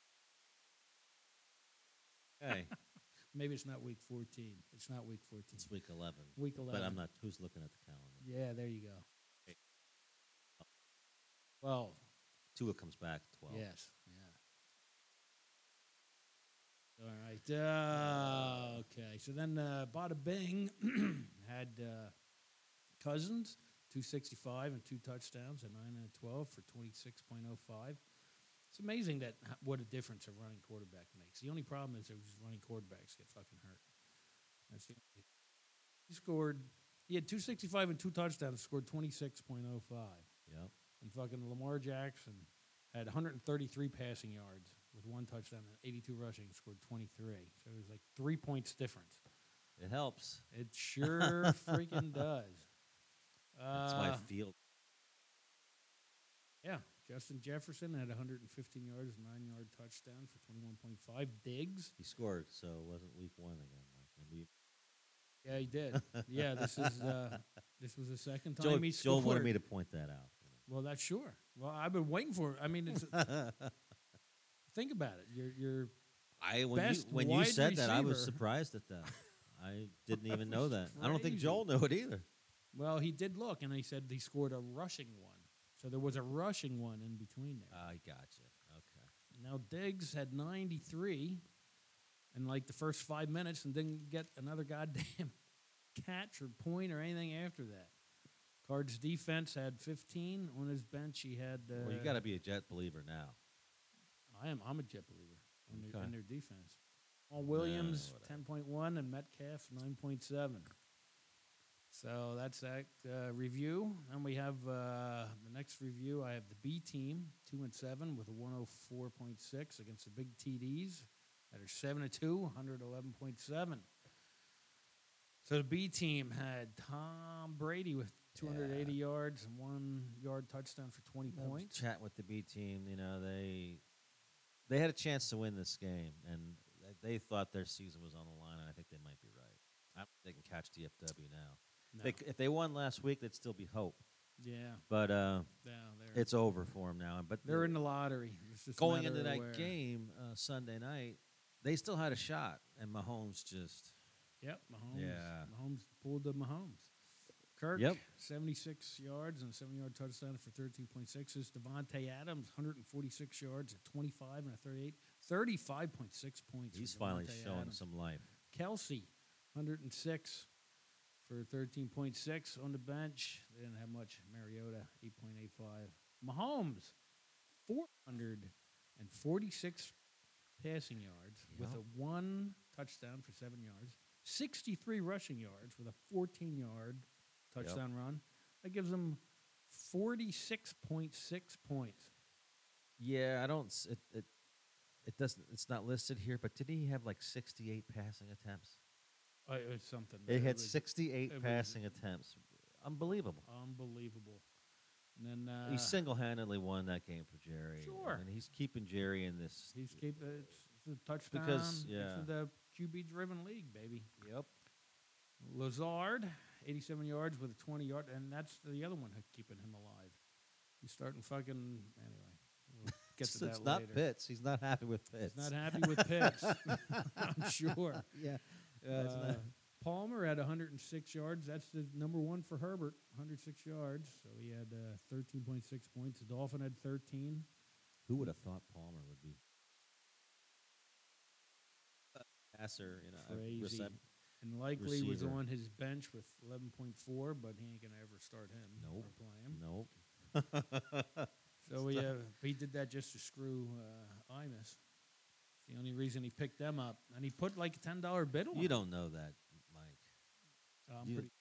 Okay, Maybe it's not week fourteen. It's not week fourteen. it's week 11. week eleven. But I'm not. Who's looking at the calendar? Yeah, there you go. Twelve. Tua comes back 12. Yes. Yeah. All right. Uh, okay. So then uh, Bada Bing had uh, Cousins, 265 and two touchdowns, a 9 and a 12 for 26.05. It's amazing that h- what a difference a running quarterback makes. The only problem is those running quarterbacks get fucking hurt. That's the only- he scored, he had 265 and two touchdowns, scored 26.05 Yep. and fucking Lamar Jackson had 133 passing yards with one touchdown and 82 rushing, scored 23. So it was like three points difference. It helps. It sure freaking does. That's uh, why Field. Yeah, Justin Jefferson had 115 yards, nine yard touchdown for 21.5 digs. He scored, so it wasn't week one again. Like maybe Yeah, he did. yeah, this is uh, this was the second time Joel, he Joel scored. wanted me to point that out. Well, that's sure. Well, I've been waiting for it. I mean, it's, think about it. You're you're I when you Best when you wide said that, I was receiver. surprised at that. I didn't even know was that. I don't think crazy. Joel knew it either. Well, he did look, and he said he scored a rushing one. So there was a rushing one in between there. I gotcha. Okay. now Diggs had 93 in like the first five minutes, and didn't get another goddamn catch or point or anything after that. Card's defense had 15 on his bench. He had. Uh, well, you got to be a Jet believer now. I am. I'm a Jet believer in, their, Okay. in their defense. Paul Williams, whatever. 10.1, and Metcalf, 9.7. So that's that uh, review. And we have uh, the next review. I have the B team, 2 and 7, with a 104.6 against the big TDs that are 7 and 2, 111.7. So the B team had Tom Brady with 280 yards and one yard touchdown for 20 I was points. Chatting with the B team, you know they they had a chance to win this game, and th- they thought their season was on the line, and I think they might be right. I catch DFW now. No. They c if they won last week, that'd still be hope. yeah, But uh, yeah, they're it's over for them now. But they're in the lottery. It's just a going matter into of that where. game uh, Sunday night, they still had a shot, and Mahomes just Yep, Mahomes. Yeah. Mahomes pulled the Mahomes. Kirk, Yep. 76 yards and a seven yard touchdown for 13.6. Is Devontae Adams, 146 yards at 25 and a 38. 35.6 points. for he's finally Davante showing Adams. some life. Kelsey, 106 for 13.6 on the bench. They didn't have much. Mariota, 8.85. Mahomes, 446 passing yards with Yep. a one touchdown for seven yards, 63 rushing yards with a 14 yard touchdown run. That gives him 46.6 points. Yeah, I don't. s- It, it it doesn't. It's not listed here. But did he have like sixty eight passing attempts? Uh, it was something. They had was sixty eight it was- passing attempts. Unbelievable. Unbelievable. And then uh, he single handedly won that game for Jerry. Sure. And he's keeping Jerry in this. He's keep it's the touchdown Because, it's yeah. the QB driven league, baby. Yep. Lazard, eighty seven yards with a twenty yard, and that's the other one keeping him alive. He's starting fucking anyway. We'll get It's, to that it's not later. Pitts. He's not happy with Pitts. He's not happy with Pitts. I'm sure. yeah. it's Uh, not- Palmer had 106 yards. That's the number one for Herbert, 106 yards. So he had uh, 13.6 points. The Dolphin had 13. Who would have thought Palmer would be? Passer, you know, a Crazy. recep- And likely was receiver. on his bench with 11.4, but he ain't going to ever start him Nope. or play him. Nope. So we, uh, he did that just to screw uh, Imus. The only reason he picked them up, and he put like a ten dollar bid on. You them. don't know that, Mike. Um, you- pretty-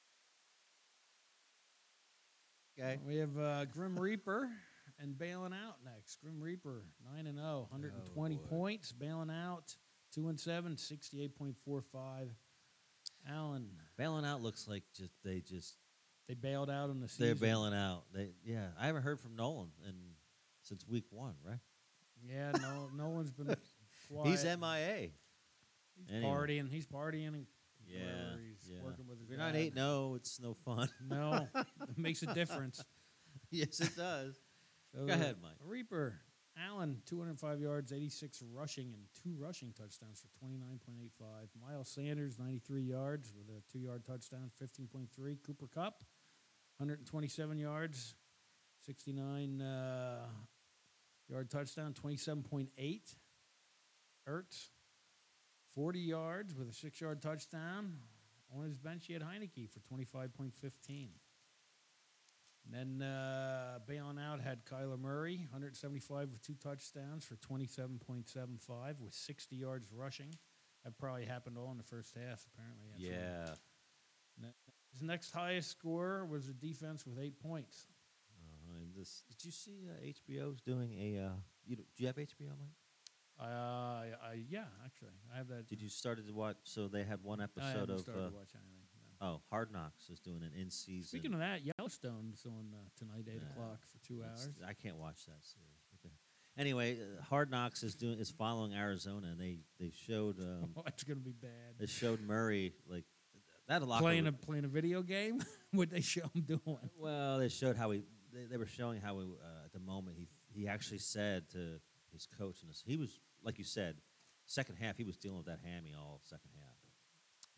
Okay. we have uh, Grim Reaper and bailing out next. Grim Reaper nine and 0, 120 Oh, boy. points, bailing out two and 7, 68.45. Allen, Bailing out looks like just they just they bailed out on the season. they're bailing out. They yeah. I haven't heard from Nolan in since week one, right? Yeah, no, no one's been. Quiet. He's MIA. He's anyway. partying. He's partying and Yeah. whatever, he's yeah. working with his if you're not dad. eight, no, it's no fun. No, it makes a difference. yes, it does. So, Go ahead, Mike. Reaper Allen, 205 yards, 86 rushing, and two rushing touchdowns for 29.85. Miles Sanders, 93 yards with a two yard touchdown, 15.3. Cooper Cup, 127 yards, 69 uh, yard touchdown, 27.8. Ertz, 40 yards with a six yard touchdown. On his bench, he had Heineke for 25.15. And then uh, bailing out had Kyler Murray, 175 with two touchdowns for 27.75 with 60 yards rushing. That probably happened all in the first half, apparently. That's all. Yeah. His next highest scorer was the defense with eight points. Uh, and this, did you see uh, HBO's doing a? Uh, you, do you have HBO, Mike? Uh, I, I, yeah, actually, I have that. Did you started to watch? So they had one I episode haven't of. started Uh, to watch anything. no. oh, Hard Knocks is doing an in season. Speaking of that, Yellowstone's on uh, tonight, eight Nah, o'clock for two hours. I can't watch that series. Okay. Anyway, uh, Hard Knocks is doing is following Arizona, and they they showed um, oh, it's gonna be they bad. showed Murray like that a lot. Playing a playing a video game. what they show him doing? Well, they showed how he. They, they were showing how he, uh, at the moment he he actually said to his coach and his, he was like you said, second half he was dealing with that hammy all second half.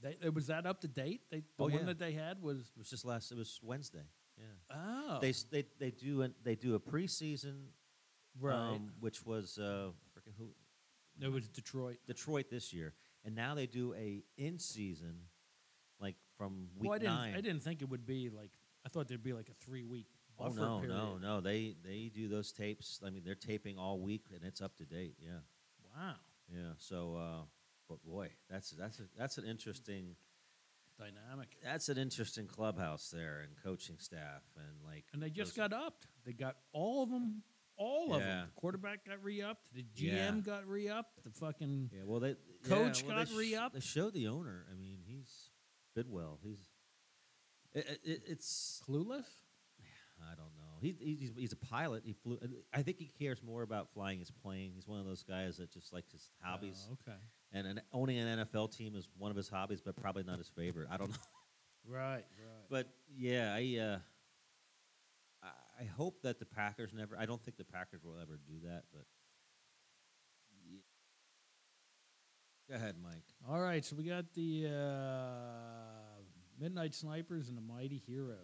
They, they- was that up to date? They, the Oh, one yeah. that they had was It was just last. It was Wednesday. Yeah. oh They s- they they do an, they do a preseason, right. um, which was uh, I forget who it was Detroit. Detroit this year, and now they do a in season, like from week Well, I didn't. nine. I didn't think it would be like. I thought there'd be like a three week. Oh Buffer no, period. no, no! They they do those tapes. I mean, they're taping all week, and it's up to date. Yeah. Wow, Yeah. So, uh, but boy, that's that's a, that's an interesting dynamic. that's an interesting clubhouse there and coaching staff and like And they just those- got upped. They got all of them. All of Yeah. them. The quarterback got re upped. The GM Yeah. got re upped. The fucking yeah. Well, they Coach yeah, well, got they re-upped. They showed the owner. I mean, he's Bidwell. He's it, it- it, it's clueless. I don't know. He, he- he's he's a pilot. He flew. I think he cares more about flying his plane. He's one of those guys that just likes his hobbies. Oh, okay. And an, owning an NFL team is one of his hobbies, but probably not his favorite. I don't know. Right, right. But yeah, I uh, I- I hope that the Packers never. I don't think the Packers will ever do that. But Ye- go ahead, Mike. All right, so we got the uh, Midnight Snipers and the Mighty Heroes.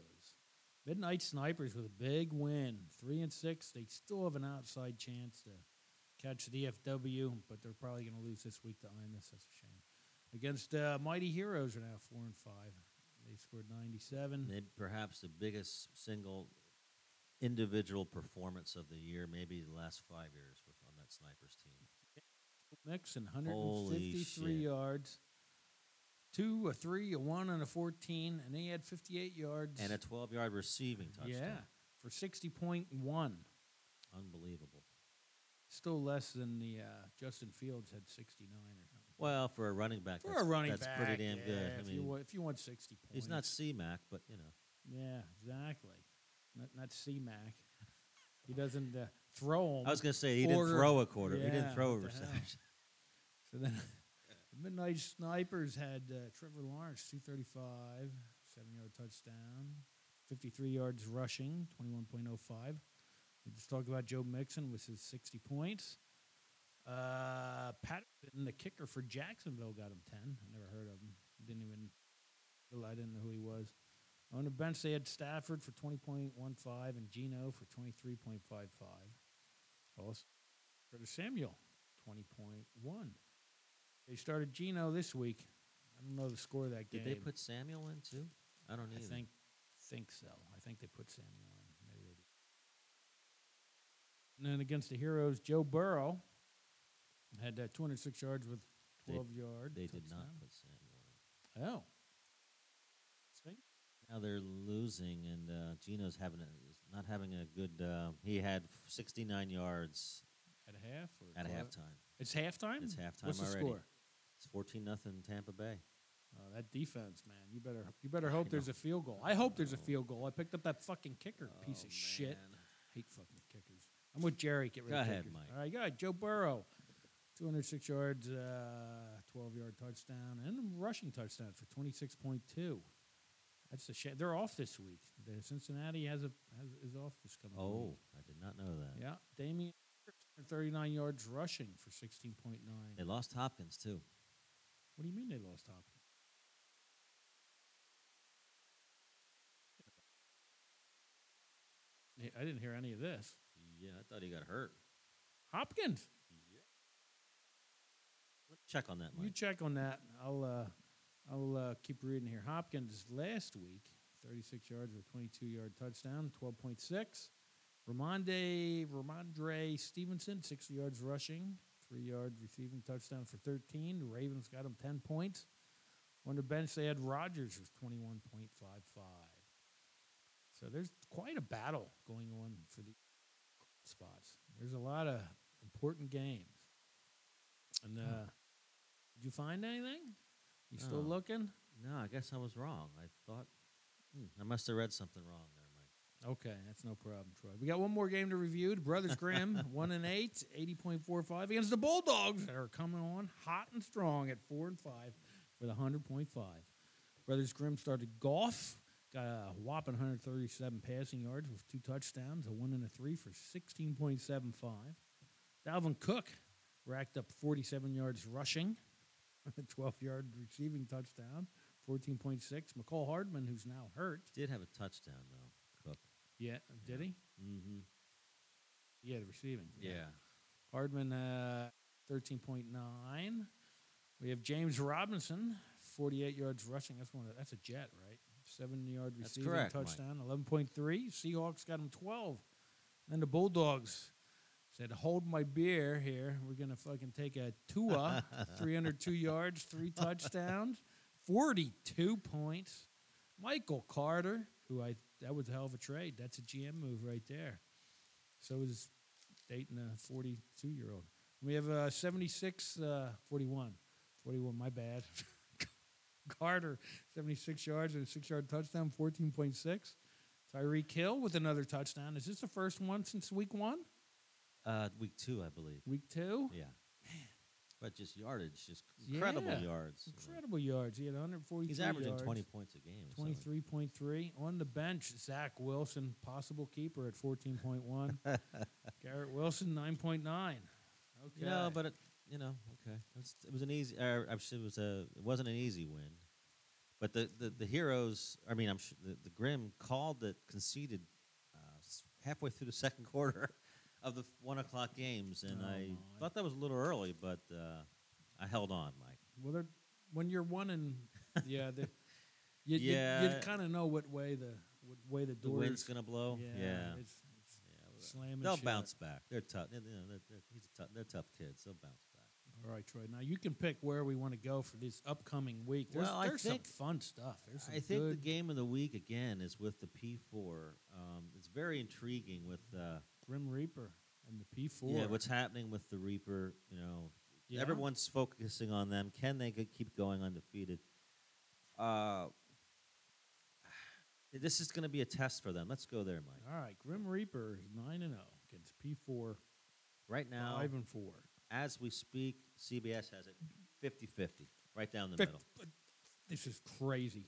Midnight Snipers with a big win, three and six. They still have an outside chance to catch the DFW, but they're probably going to lose this week to Imus. That's a shame. Against uh, Mighty Heroes are now four and five. They scored ninety-seven. Maybe perhaps the biggest single individual performance of the year, maybe the last five years, with on that snipers team. Mix and Holy 153 shit. yards, two, a three, a one, and a 14, and they had 58 yards. and a 12 yard receiving touchdown. yeah, for 60.1. Unbelievable. Still less than the uh, Justin Fields had 69 or something. Well, for a running back, For that's, a running that's back, pretty damn yeah, good. I If, you mean, wa- if you want 60 points, he's not C Mac, but you know, Yeah, exactly. Not not C Mac. He doesn't uh, throw 'em. I was going to say he didn't Quarter- throw a quarter. he didn't yeah, throw a what the hell. reception. So then the Midnight Snipers had uh, Trevor Lawrence, 235, seven yard touchdown, 53 yards rushing, 21.05. We just talked about Joe Mixon with his 60 points. Uh, Patterson, the kicker for Jacksonville, got him 10. I never heard of him. Didn't even, well, I didn't know who he was. On the bench, they had Stafford for 20.15 and Gino for 23.55. Also, Curtis Samuel, 20.1. They started Gino this week. I don't know the score of that Did they game. put Samuel in too? I don't I either. think think so. I think they put Samuel in. Maybe they did. And then against the Heroes, Joe Burrow had uh, 206 yards with They- 12 yard. they did not touchdown. put Samuel. Oh. See? in. Now they're losing, and uh, Gino's having a, is not having a good. Uh, he had 69 yards At half? Or at twelve? halftime. It's halftime? It's halftime What's the already. score? It's 14 nothing Tampa Bay. Oh, that defense, man. You better you better hope I there's know. a field goal. I hope there's a know. field goal. I picked up that fucking kicker, piece Oh, of shit. man. Hate fucking kickers. I'm with Jerry. Get rid Go of ahead, kickers. Mike. All right, go ahead. Joe Burrow, 206 yards, uh, 12 yard touchdown, and a rushing touchdown for 26.2. That's the shit. They're off this week. The Cincinnati has a has, is off this coming Oh, week. I did not know that. yeah. Damien, 39 yards rushing for 16.9. They lost Hopkins too. What do you mean they lost Hopkins? Hey, I didn't hear any of this. Yeah, I thought he got hurt. Hopkins, Check on that, Mike. you check on that. I'll uh, I'll uh, keep reading here. Hopkins last week, 36 yards with a 22 yard touchdown, 12.6. Ramonde Ramondre Stevenson, 60 yards rushing, three yard receiving touchdown for 13. The Ravens got him 10 points. On the bench, they had Rodgers with 21.55. So there's quite a battle going on for the spots. There's a lot of important games. And uh, did you find anything? You still No. looking? No, I guess I was wrong. I thought hmm, I must have read something wrong there, Mike. Okay, that's no problem, Troy. We got one more game to review. The Brothers Grimm, 1 and 8, 80.45 against the Bulldogs that are coming on hot and strong at 4 and 5 with 100.5. Brothers Grimm started golf, got a whopping 137 passing yards with two touchdowns, a 1 and a 3 for 16.75. Dalvin Cook racked up 47 yards rushing, a 12 yard receiving touchdown, 14.6. McCall Hardman, who's now hurt. Did have a touchdown though, Cook. Yeah, did he? Mm-hmm. Yeah, the receiving. Yeah. Hardman, uh, 13.9. We have James Robinson, 48 yards rushing. That's one. Of, that's a jet, right? Seven yard That's receiving correct, Mike. touchdown, 11.3. Seahawks got him 12. Then the Bulldogs said, "Hold my beer here. We're gonna fucking take a Tua, 302 yards, three touchdowns, 42 points." Michael Carter, who I that was a hell of a trade. That's a GM move right there. So is dating a 42 year old. We have uh, 76, uh, 41. 41, my bad. Carter, 76 yards and a six yard touchdown, 14.6. Tyreek Hill with another touchdown. Is this the first one since week one? Uh, week two, I believe. Week two? Yeah. But just yardage, just incredible Yeah. yards. you know. Incredible yards. He had 143 He's averaging yards, 20 points a game. or something like 23.3. On the bench, Zach Wilson, possible keeper at 14.1. Garrett Wilson, 9.9. Okay. You know, but it, you know, okay, it's, it was an easy. Or I'm sure it was a. It wasn't an easy win, but the the, the heroes. I mean, I'm sure the, the Grim called the conceded uh, s- halfway through the second quarter of the f- one o'clock games, and Oh, I my. thought that was a little early, but uh, I held on, Mike. well, they're, when you're one and yeah, the, you, you, you Yeah. kind of know what way the what way the The door wind's is. gonna blow. Yeah, Yeah, yeah. It's, it's well, slamming. they'll shut. bounce back. They're tough. You know, they're, they're, he's a tough. They're tough kids. They'll bounce back. All right, Troy. Now you can pick where we want to go for this upcoming week. There's, Well, I there's think- some fun stuff. There's some I think the good, game of the week again is with the P4. Um, it's very intriguing with. Uh, Grim Reaper and the P4. Yeah, what's happening with the Reaper? You know, Yeah. everyone's focusing on them. Can they go- keep going undefeated? Uh, this is going to be a test for them. Let's go there, Mike. All right, Grim Reaper is nine and zero against P4 Right now, five and four. as we speak, CBS has it 50-50, right down the But- middle. but This is crazy.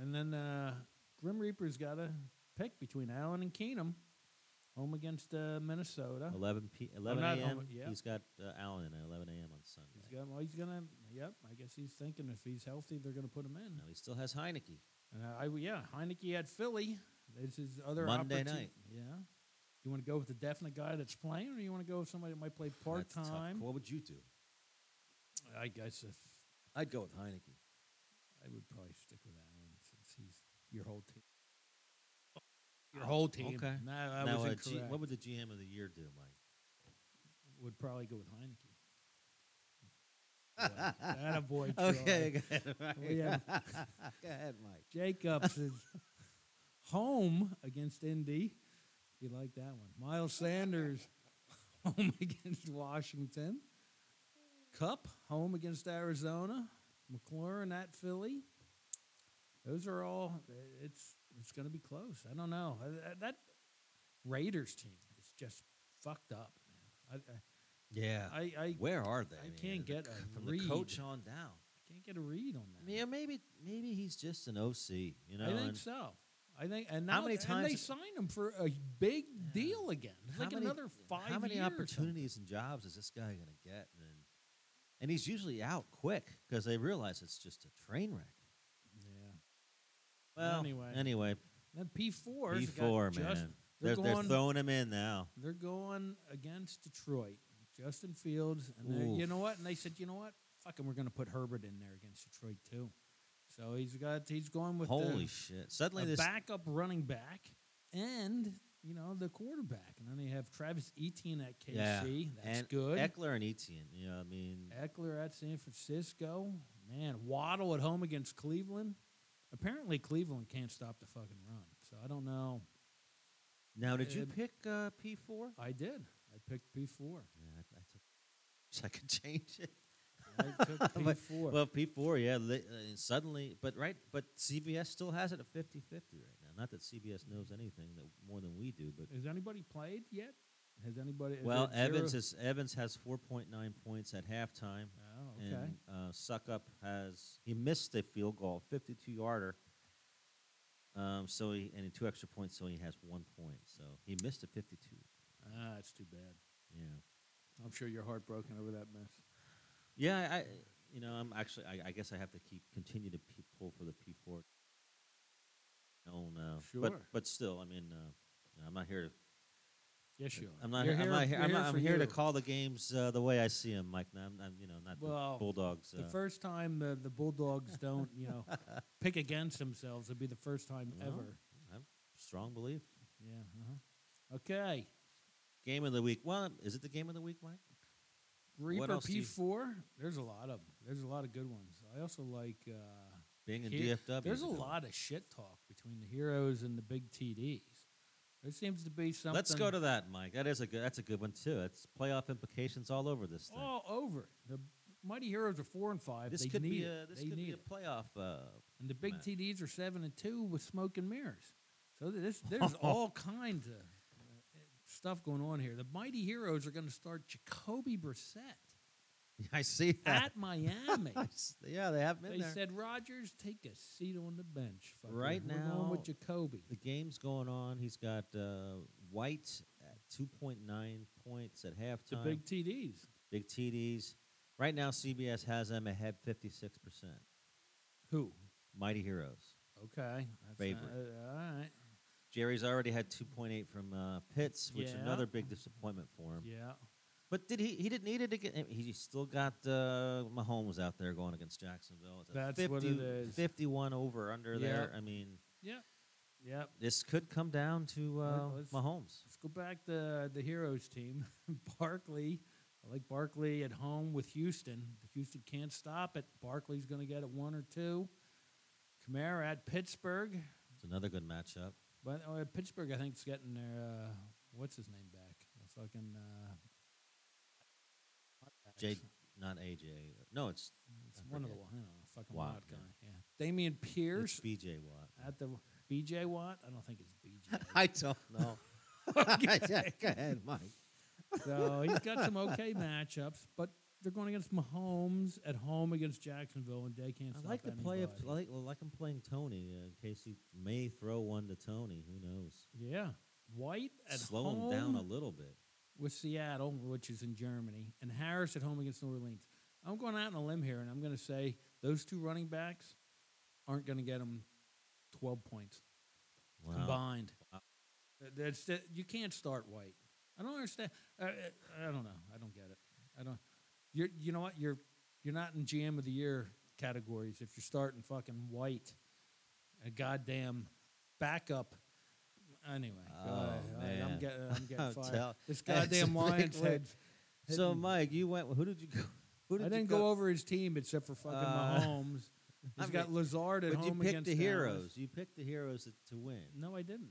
And then uh, Grim Reaper's got a pick between Allen and Keenum, home against uh, Minnesota. 11 p. 11 not- a.m. yeah. He's got uh, Allen in at 11 a.m. on Sunday. He's got. Well, he's gonna. Yep. I guess he's thinking if he's healthy, they're gonna put him in. now he still has Heineke. And I, yeah, Heineke at Philly. This is other Monday opportu- night. Yeah. You want to go with the definite guy that's playing, or you want to go with somebody that might play part That's tough. time? What would you do? I guess if I'd go with Heineke. I would probably stick with Allen since he's your whole team. Your whole team. Okay. No, I now, was uh, G- incorrect. what would the GM of the year do, Mike? would probably go with Heineke. that avoids Okay, go ahead, Mike. We have- go ahead, Mike. Jacobs is home against Indy. You like that one. Miles Sanders home against Washington. Cup home against Arizona. McLaurin at Philly. Those are all. It's it's going to be close. I don't know I- I- that Raiders team is just fucked up. Man. Yeah. I I, I Where are they? I can't the get c- a from read. the coach on down. can't get a read on I that. mean, yeah, maybe maybe he's just an OC. You know, I think and so. I think, and now How many and they times- signed him for a big deal again. It's how like many- another five. How many years or something. opportunities and jobs is this guy going to get? And and he's usually out quick because they realize it's just a train wreck. Yeah. Well, Anyway. anyway, Then P four. P four man, they're, they're, they're going. throwing him in now. they're going against Detroit. Justin Fields, and they- you know what? And they said, you know what? Fucking, we're going to put Herbert in there against Detroit too. So he's got he's going with Holy the, shit! Suddenly a this backup running back and you know the quarterback, and then they have Travis Etienne at KC. yeah, That's and good. Eckler and Etienne. You know, I mean, Eckler at San Francisco. Man, Waddle at home against Cleveland. Apparently, Cleveland can't stop the fucking run. So I don't know. now did you and- pick uh, P four? I did. I picked P4. Yeah, I, I took. So I could change it. I took But- P4. Well, P four, yeah. Li- uh, suddenly, but right, but CBS still has it at 50-50 right now. Not that CBS knows anything that more than we do, but Has anybody played yet? Has anybody? is well, it zero- Evans is Evans has four point nine points at halftime, Oh, okay. and uh, Suckup has he missed a field goal, fifty two yarder. Um, so he and two extra points, so he has one point. So he missed a fifty two. ah, that's too bad. Yeah, I'm sure you're heartbroken over that mess. yeah. I, I you know, I'm actually. I, I guess I have to keep continue to pe- pull for the P four. No, no. But Sure. but still, I mean, uh, you know, I'm not here to. Yes, you are. I'm not. You're Here, I'm not here. you're I'm, not, for I'm here to you. call the games uh, the way I see them, Mike. I'm, I'm you know not Well, the Bulldogs. Uh, The first time the, the Bulldogs don't, you know, pick against themselves, it'd be the first time Well, ever. I'm strong belief. Yeah. Uh-huh. Okay. Game of the week. Well, is it the game of the week, Mike? Reaper else do you- P4. There's a lot of 'em. There's a lot of good ones. I also like. Uh, Bing and he- DFW. There's is a good one. lot of shit talk between the heroes and the big TDs. There seems to be something. Let's go to that, Mike. That is a good. That's a good one too. It's playoff implications all over this thing. all over it. The mighty heroes are four and five. this Oh, they could need be it. a. This they could need be it. a playoff. Uh, And the big Matt. TDs are seven and two with smoke and mirrors. So this, there's all kinds of uh, stuff going on here. The mighty heroes are going to start Jacoby Brissett. I see that. at Miami. I s- yeah, they have been they there. said, Rogers, take a seat on the bench. fucker. Right We're going with now- Jacoby. the game's going on. He's got uh, White at 2.9 points at halftime. It's a big TDs. Big TDs. Right now, CBS has them ahead 56%. Who? Mighty Heroes. Okay. That's Favorite. not- uh, all right. Jerry's already had 2.8 from uh, Pitts, which is Yeah. another big disappointment for him. Yeah. But did he? He didn't need it again. He still got uh, Mahomes out there going against Jacksonville. It's a That's what it is. 51 over under Yeah. there. I mean, Yep. Yep. this could come down to uh, let's- Mahomes. Let's go back to the Heroes team. Barkley. I like Barkley at home with Houston. Houston can't stop it. Barkley's going to get it one or two. Kamara at Pittsburgh. It's another good matchup. But oh, uh, Pittsburgh, I think, is getting their, uh, what's his name back? The fucking. Uh, J, not AJ. No, it's It's I one of the forget. I don't know, fucking Watt, Watt, yeah. guy. Yeah. Damian it's Pierce BJ Watt. at the BJ Watt. I don't think it's BJ. I don't know. yeah, go ahead, Mike. so he's got some okay matchups, but they're going against Mahomes at home against Jacksonville, and they can't. I stop like the play of I anybody. like, I like him playing Tony uh, in case he may throw one to Tony. Who knows? Yeah, White at Slow home him down a little bit. with Seattle, which is in Germany, and Harris at home against New Orleans. I'm going out on a limb here, and I'm going to say those two running backs aren't going to get them 12 points. Wow. combined. Wow. That- That's that you can't start white. I don't understand. I, I- I don't know. I don't get it. I don't. You're you know what you're you're not in GM of the year categories if you're starting fucking white, a goddamn backup. Anyway, go Oh, ahead. All right, I'm man. getting I'm I'm getting fired. tell- this that's a goddamn big Lions win. head. So, hitting- Mike, you went. Who did you go? Who did I didn't you go, over his team except for fucking Uh, Mahomes. I He's got mean, Lazard at But you home picked against the Dallas. heroes. You picked the heroes to, to win. No, I didn't.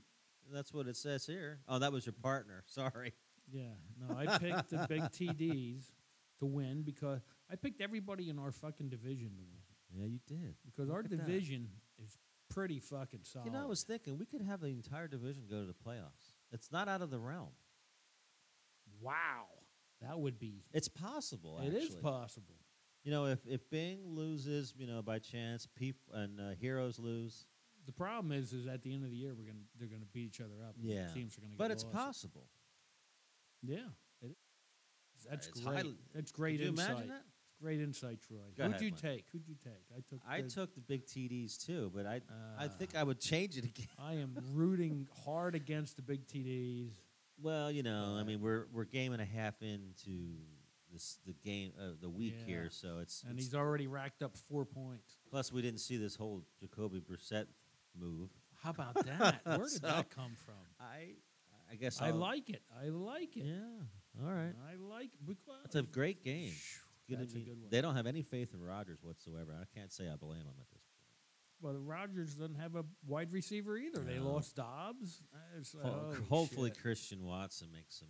That's what it says here. Oh, that was your partner. Sorry. Yeah, no, I picked the big TDs to win because I picked everybody in our fucking division to win Yeah, you did. because our Look at that. division is pretty fucking solid. You know, I was thinking we could have the entire division go to the playoffs. It's not out of the realm. wow, that would be It's possible. it Actually. is possible. You know, if if Bing loses, you know, by chance, peop and uh, heroes lose. The problem is, is at the end of the year we're gonna they're gonna beat each other up. and Yeah. teams are gonna. But get it's lost. possible. Yeah, it is. that's It's great. highly- that's great Could you insight. imagine that? Great insight, Troy. Go Who'd ahead, you Mike. take? Who'd you take? I took. I the- took the big TDs too, but I I think Ah. I would change it again. I am rooting hard against the big TDs. Well, you know, I Yeah. mean, we're we're game and a half into this the game uh, the week Yeah. here, so it's, and it's- he's already racked up four points. plus we didn't see this whole Jacoby Brissett move. How about that? Where did that come from? I I Uh, guess I I'll- like it. I like it. Yeah, all right. I like because It's a great game. Gonna That's a be- good one. They don't have any faith in Rodgers whatsoever. I can't say I blame them at this. point. Well, the Rodgers doesn't have a wide receiver either. They No. lost Dobbs. Uh, it's like, Ho- holy hopefully, shit. Christian Watson makes some.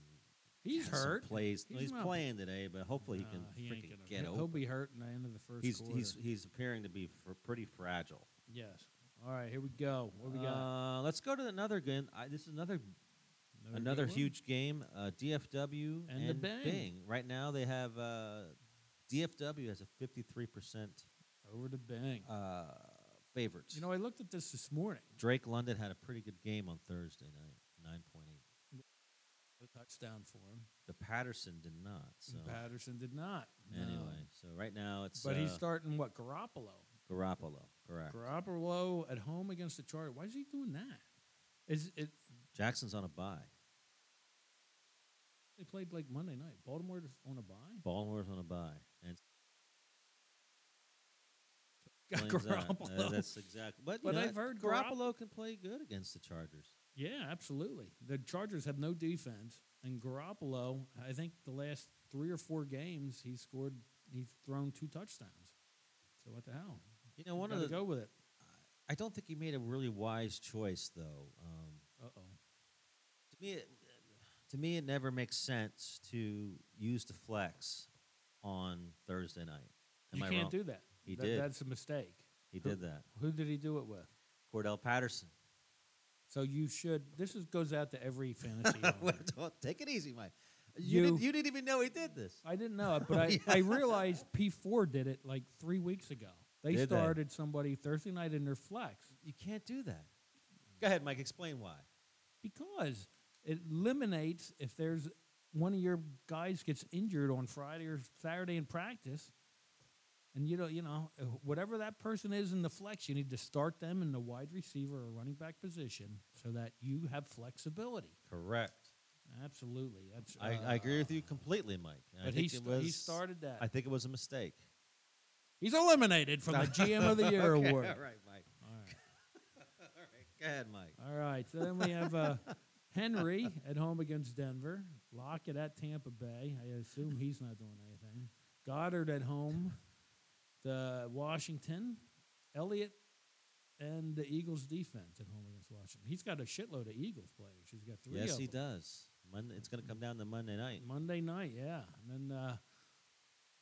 he's some hurt. Plays. no, He's He's, not- playing today, but hopefully he can Nah, he ain't freaking gonna- get he'll, over. He'll be hurt in the end of the first he's quarter. he's he's appearing to be fr- pretty fragile. yes. All right, here we go. What we got? Uh, let's go to another game. I, this is another good another one? huge game. Uh, DFW And the Bing. Right now they have uh, DFW has a fifty three percent over to Bang. Uh, favorite. you know, I looked at this this morning. Drake London had a pretty good game on Thursday night, nine point eight. A touchdown for him. The Patterson did not. So And Patterson did not. No. anyway, so right now it's but uh, he's starting what Garoppolo. Garoppolo, correct. Garoppolo at home against the Chargers. Why is he doing that? Is it Jackson's on a bye. they played like Monday night? Baltimore's on a bye. Baltimore's on a bye, and Got Flames out. Uh, Garoppolo. that's exactly. But, you But know, I've heard Garop- Garoppolo can play good against the Chargers. yeah, absolutely. The Chargers have no defense, and Garoppolo. I think the last three or four games he scored, he's thrown two touchdowns. So what the hell? You know, one Gotta of the. go with it. I don't think he made a really wise choice, though. Um, Uh oh. to me, it, to me, it never makes sense to use the flex on Thursday night. Am You I can't wrong? do that. He That- did. That's a mistake. he did that. Who did he do it with? Cordell Patterson. So you should. This is, goes out to every fantasy. owner. Don't- Take it easy, Mike. You, You- Uh, didn't, you didn't even know he did this. I didn't know it, but I, I realized P4 did it like three weeks ago. They Did they? started somebody Thursday night in their flex You can't do that. Go ahead, Mike. Explain why. because it eliminates if there's one of your guys gets injured on Friday or Saturday in practice, and you know, you know, uh, whatever that person is in the flex, you need to start them in the wide receiver or running back position so that you have flexibility. Correct. Absolutely, that's. uh, I, I agree with you completely, Mike. I But think he, it sta- he was- started that. I think it was a mistake. He's eliminated from the GM of the Year Okay, award. All right, Mike. All right. Go ahead, Mike. All right. So then we have uh, Henry at home against Denver. Lockett at Tampa Bay. I assume he's not doing anything. Goddard at home. The Washington. Elliott and the Eagles defense at home against Washington. He's got a shitload of Eagles players. He's got three. Yes, of he them. does. Monday, it's going to come down to Monday night. Monday night, yeah. And then uh,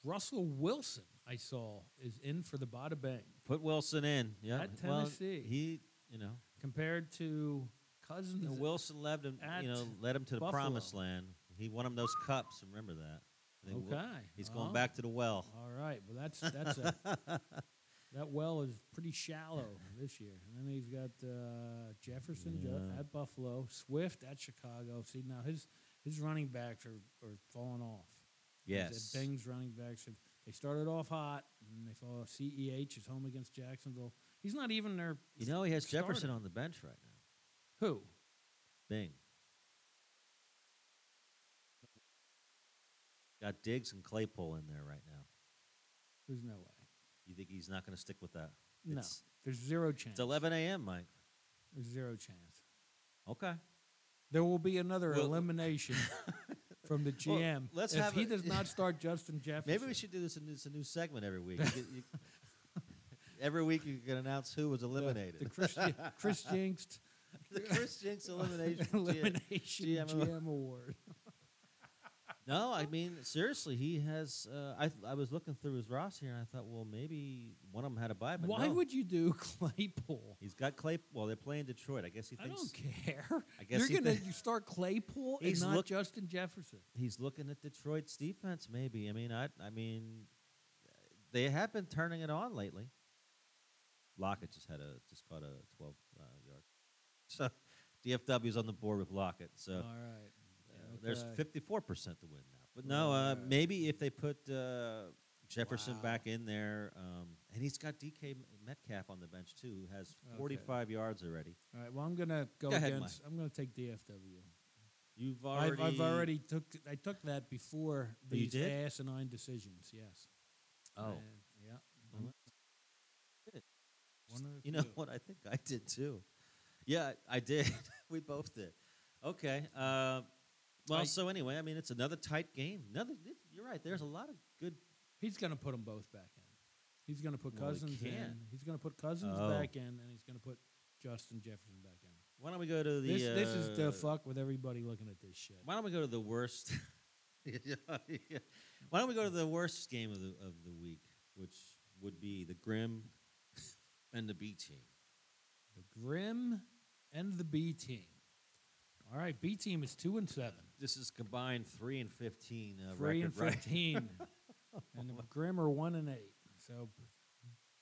Russell Wilson, I saw, is in for the Bada Bang. Put Wilson in. Yeah, At Well, Tennessee. he, you know, Compared to Cousins. you know, Wilson led him, at you know, led him to the Buffalo. promised land. He won him those cups. Remember that. I think Wil- Okay. he's going Oh. back to the well. All right. Well, that's that's a that well is pretty shallow this year. And then he's got uh, Jefferson Ju- Yeah. at Buffalo, Swift at Chicago. See now his his running backs are, are falling off. Yes. Beng's running backs have they started off hot and they fall. Ceh is home against Jacksonville. He's not even their You know, he has starter. Jefferson on the bench right now. who Bing. Got Diggs and Claypool in there right now. there's no way You think he's not going to stick with that? no It's, there's zero chance. it's 11 a.m., Mike. There's zero chance. Okay. There will be another Well- elimination from the GM let's if have he a- does not start Justin Jefferson. Maybe we should do this in this a new segment every week. You could- you- every week you can announce who was the- eliminated. The Chris, Ye- Chris Jinxed The Chris Jinks elimination. G- Elimination GM GM, award. Award. No, I mean seriously, he has. Uh, I I was looking through his roster here and I thought, well, maybe one of them had a bye. But Why no. would you do Claypool? he's got Clay? Well, they're playing Detroit. I guess he I thinks don't care. I guess he You're gonna thi- you start Claypool and He's not look- Justin Jefferson. he's looking at Detroit's defense. Maybe. I mean, I I mean, they have been turning it on lately. Lockett just had a just caught a twelve uh, yard. So DFW's on the board with Lockett. So. All right. Uh, There's Okay. 54 percent to win now. But no, uh, Right. maybe if they put uh, Jefferson Wow. back in there, um, and he's got DK M- Metcalf on the bench too, who has Okay. 45 yards already. All right. Well, I'm gonna go, Go ahead, against. I'm gonna take DFW. You've I've, already, I've already took. I took that before Oh, you these did? asinine decisions. Yes. Oh, And- yeah. Well, that's good. One of the you know few. what? I think I did too. Yeah, I I did. we both did. Okay. Uh, well, I- so anyway, I mean, it's another tight game. Another. You're right. There's a lot of good. He's going to put them both back in. He's going to put Well, he Cousins in. can't. He's going to put Cousins Oh. back in, and he's going to put Justin Jefferson back in. Why don't we go to the? this, this is uh, the fuck with everybody looking at this shit. Why don't we go to the worst? Yeah, yeah. Why don't we go to the worst game of the of the week, which would be the Grim and the B team. The Grim and the B team. All right, B team is two and seven, This is combined three and fifteen uh, three record, and right? fifteen, and the Grim are one and eight. So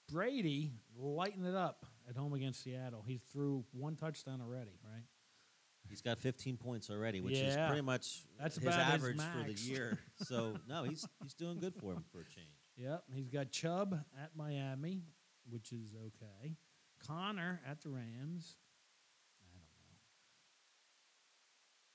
Brady lighting it up at home against Seattle. He's through one touchdown already, right? He's got fifteen points already, which is Yeah. pretty much That's his about his average for the max. year. so no, he's he's doing good for him for a change. Yep, he's got Chubb at Miami, which is okay. Connor at the Rams.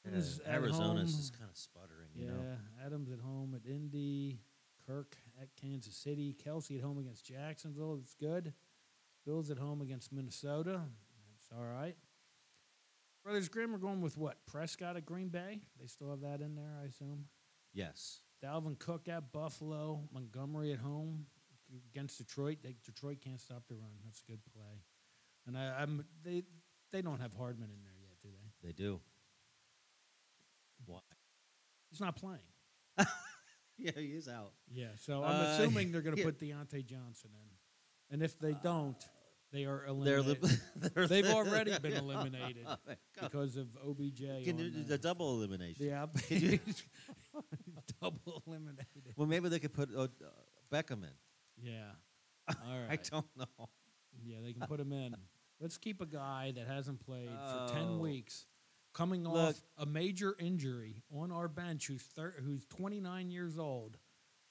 I don't know. Adams Uh, at Arizona's home. just kind of sputtering, you yeah. know. Adams at home at Indy. Kirk at Kansas City. Kelsey at home against Jacksonville. It's good. Bills at home against Minnesota. That's all right. Brothers Grimm are going with what? Prescott at Green Bay. They still have that in there, I assume. Yes, Dalvin Cook at Buffalo, Montgomery at home against Detroit. They, Detroit can't stop the run. That's a good play. And I, I'm they they don't have Hardman in there yet, do they? they do. Why? He's not playing. Yeah, he is out. Yeah, so I'm Uh, assuming they're going to yeah. put Deontay Johnson in, and if they don't, They are They're eliminated. li- they're They've li- already been eliminated Oh my God. because of OBJ. Can on uh, you do the- the double elimination? Yeah, Can you- double eliminated. Well, maybe they could put uh, Beckham in. Yeah. All right. I don't know. Yeah, they can put him in. Let's keep a guy that hasn't played for ten Oh. weeks, coming Look. off a major injury on our bench, who's thir- who's twenty nine years old,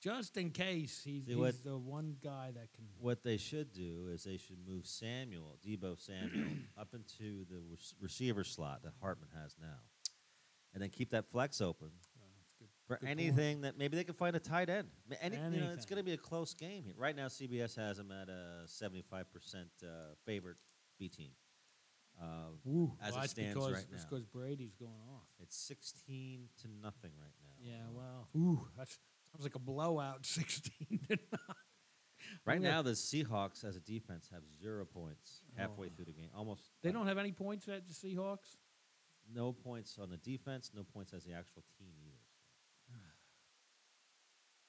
just in case he's, See what- he's the one guy that can. What they should do is they should move Samuel, Debo Samuel, up into the re- receiver slot that Hartman has now, and then keep that flex open Well, that's good. for point. anything that maybe they can find a tight end. Ma- Any, you know, it's Anything. going to be a close game here. Right now, CBS has them at a seventy-five percent uh, favorite B team. Uh, Woo. as it that's stands because, right now. because Brady's going off. it's sixteen to nothing right now. Yeah, wow. Ooh, that sounds like a blowout. Sixteen. to nine. Right Yeah. now, the Seahawks as a defense have zero points halfway Oh. through the game. Almost they don't have any points at the Seahawks. no points on the defense, no points as the actual team either.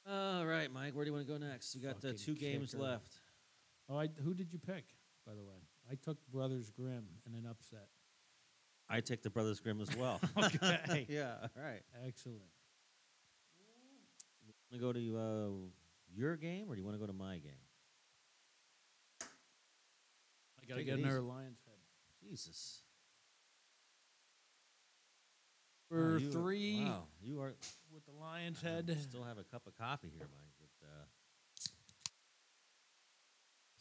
All right, Mike, where do you want to go next? We got uh, Fucking two games kicker. left. Oh, I, who did you pick? By the way, I took Brothers Grimm in an upset. I take the Brothers Grimm as well. Okay. yeah, all right. Excellent. Want to go to uh, your game, or do you want to go to my game? I gotta Take get it another easy. lion's head. Jesus. Wow, For Oh, you- three Wow, Uh-huh. you are with the lion's I head. Still have a cup of coffee here, Mike. But uh,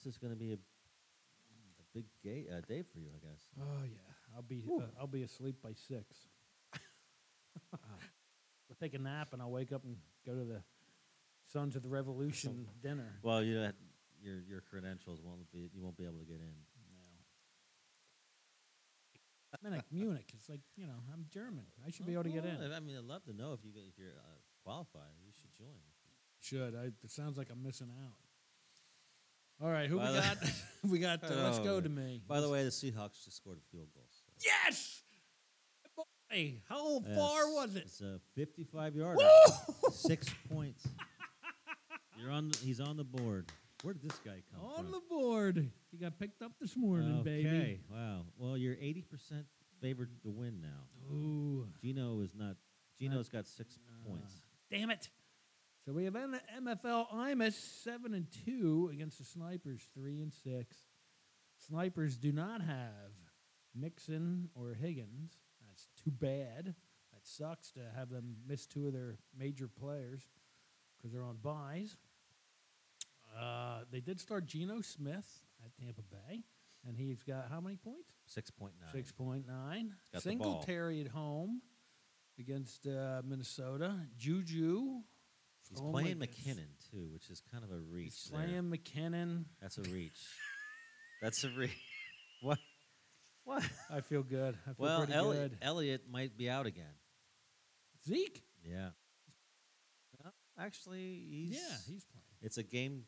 this is going to be a, a big ga- uh, day for you, I guess. Oh yeah, I'll be uh, I'll be asleep by six. Uh, I'll take a nap and I'll wake up and go to the Sons of the Revolution dinner. Well, you know, that- your your credentials won't be you won't be able to get in. No. Munich, Munich. It's like you know, I'm German. I should Oh, be able to get in. I mean, I'd love to know if you get- if you're uh, qualified. You should join. Mm-hmm. Should I? It sounds like I'm missing out. All right, who By the- we got? we got. Uh, let's Oh, go man. to me. By the way, the Seahawks just scored a field goal. so- yes. Boy, how Yeah, far it's- was it? It's a 55 yarder. Six points. You're on. The, he's on the board. Where did this guy come On from? the board. You got picked up this morning, okay. baby. Wow. Well, you're 80 percent favored to win now. Ooh. Gino is not. Gino's got six points. Damn it. So we have N- MFL Imus seven and two against the Snipers three and six. Snipers do not have Mixon or Higgins. That's too bad. That sucks to have them miss two of their major players because they're on buys. Uh, they did start Geno Smith at Tampa Bay, and he's got how many points? Six point nine. Six point nine. Got the ball. Singletary at home against uh, Minnesota. Juju. He's Oh my playing goodness. McKinnon too, which is kind of a reach. He's there. playing McKinnon. That's a reach. That's a reach. What? What? I feel good. I feel Well, pretty Elliot, good. Elliot might be out again. Zeke. Yeah. Well, Actually, he's. yeah, he's playing. It's a game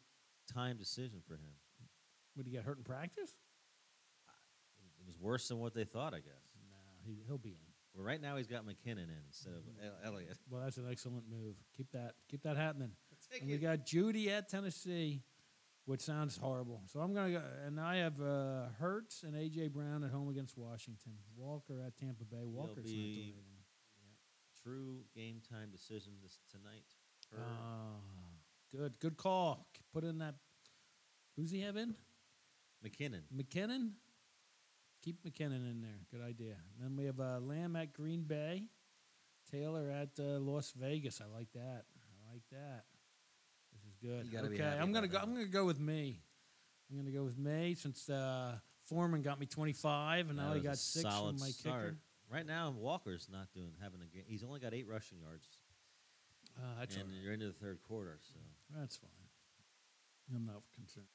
time decision for him. Would he get hurt in practice? It was worse than what they thought, I guess. No, he, he'll be in. Well, right now he's got McKinnon in instead of El- Elliott. Well, that's an excellent move. Keep that. Keep that happening. Take And we it. got Judy at Tennessee, which sounds horrible. So I'm gonna go, and I have uh, Hertz and AJ Brown at home against Washington. Walker at Tampa Bay. Walker's not doing be- anything. True game time decision this tonight. for- Ah, good, good call. K- Put in that. Who's he have in? McKinnon. McKinnon. Keep McKinnon in there. Good idea. Then we have uh, Lamb at Green Bay, Taylor at uh, Las Vegas. I like that. I like that. This is good. You gotta be okay, happy I'm gonna about go. that. I'm gonna go with me. I'm gonna go with May since uh, Foreman got me 25, and That now I was a got six solid from my start. kicker. Right now, Walker's not doing having a game. He's only got eight rushing yards, Uh, that's all and right. you're into the third quarter. So That's fine. I'm not concerned.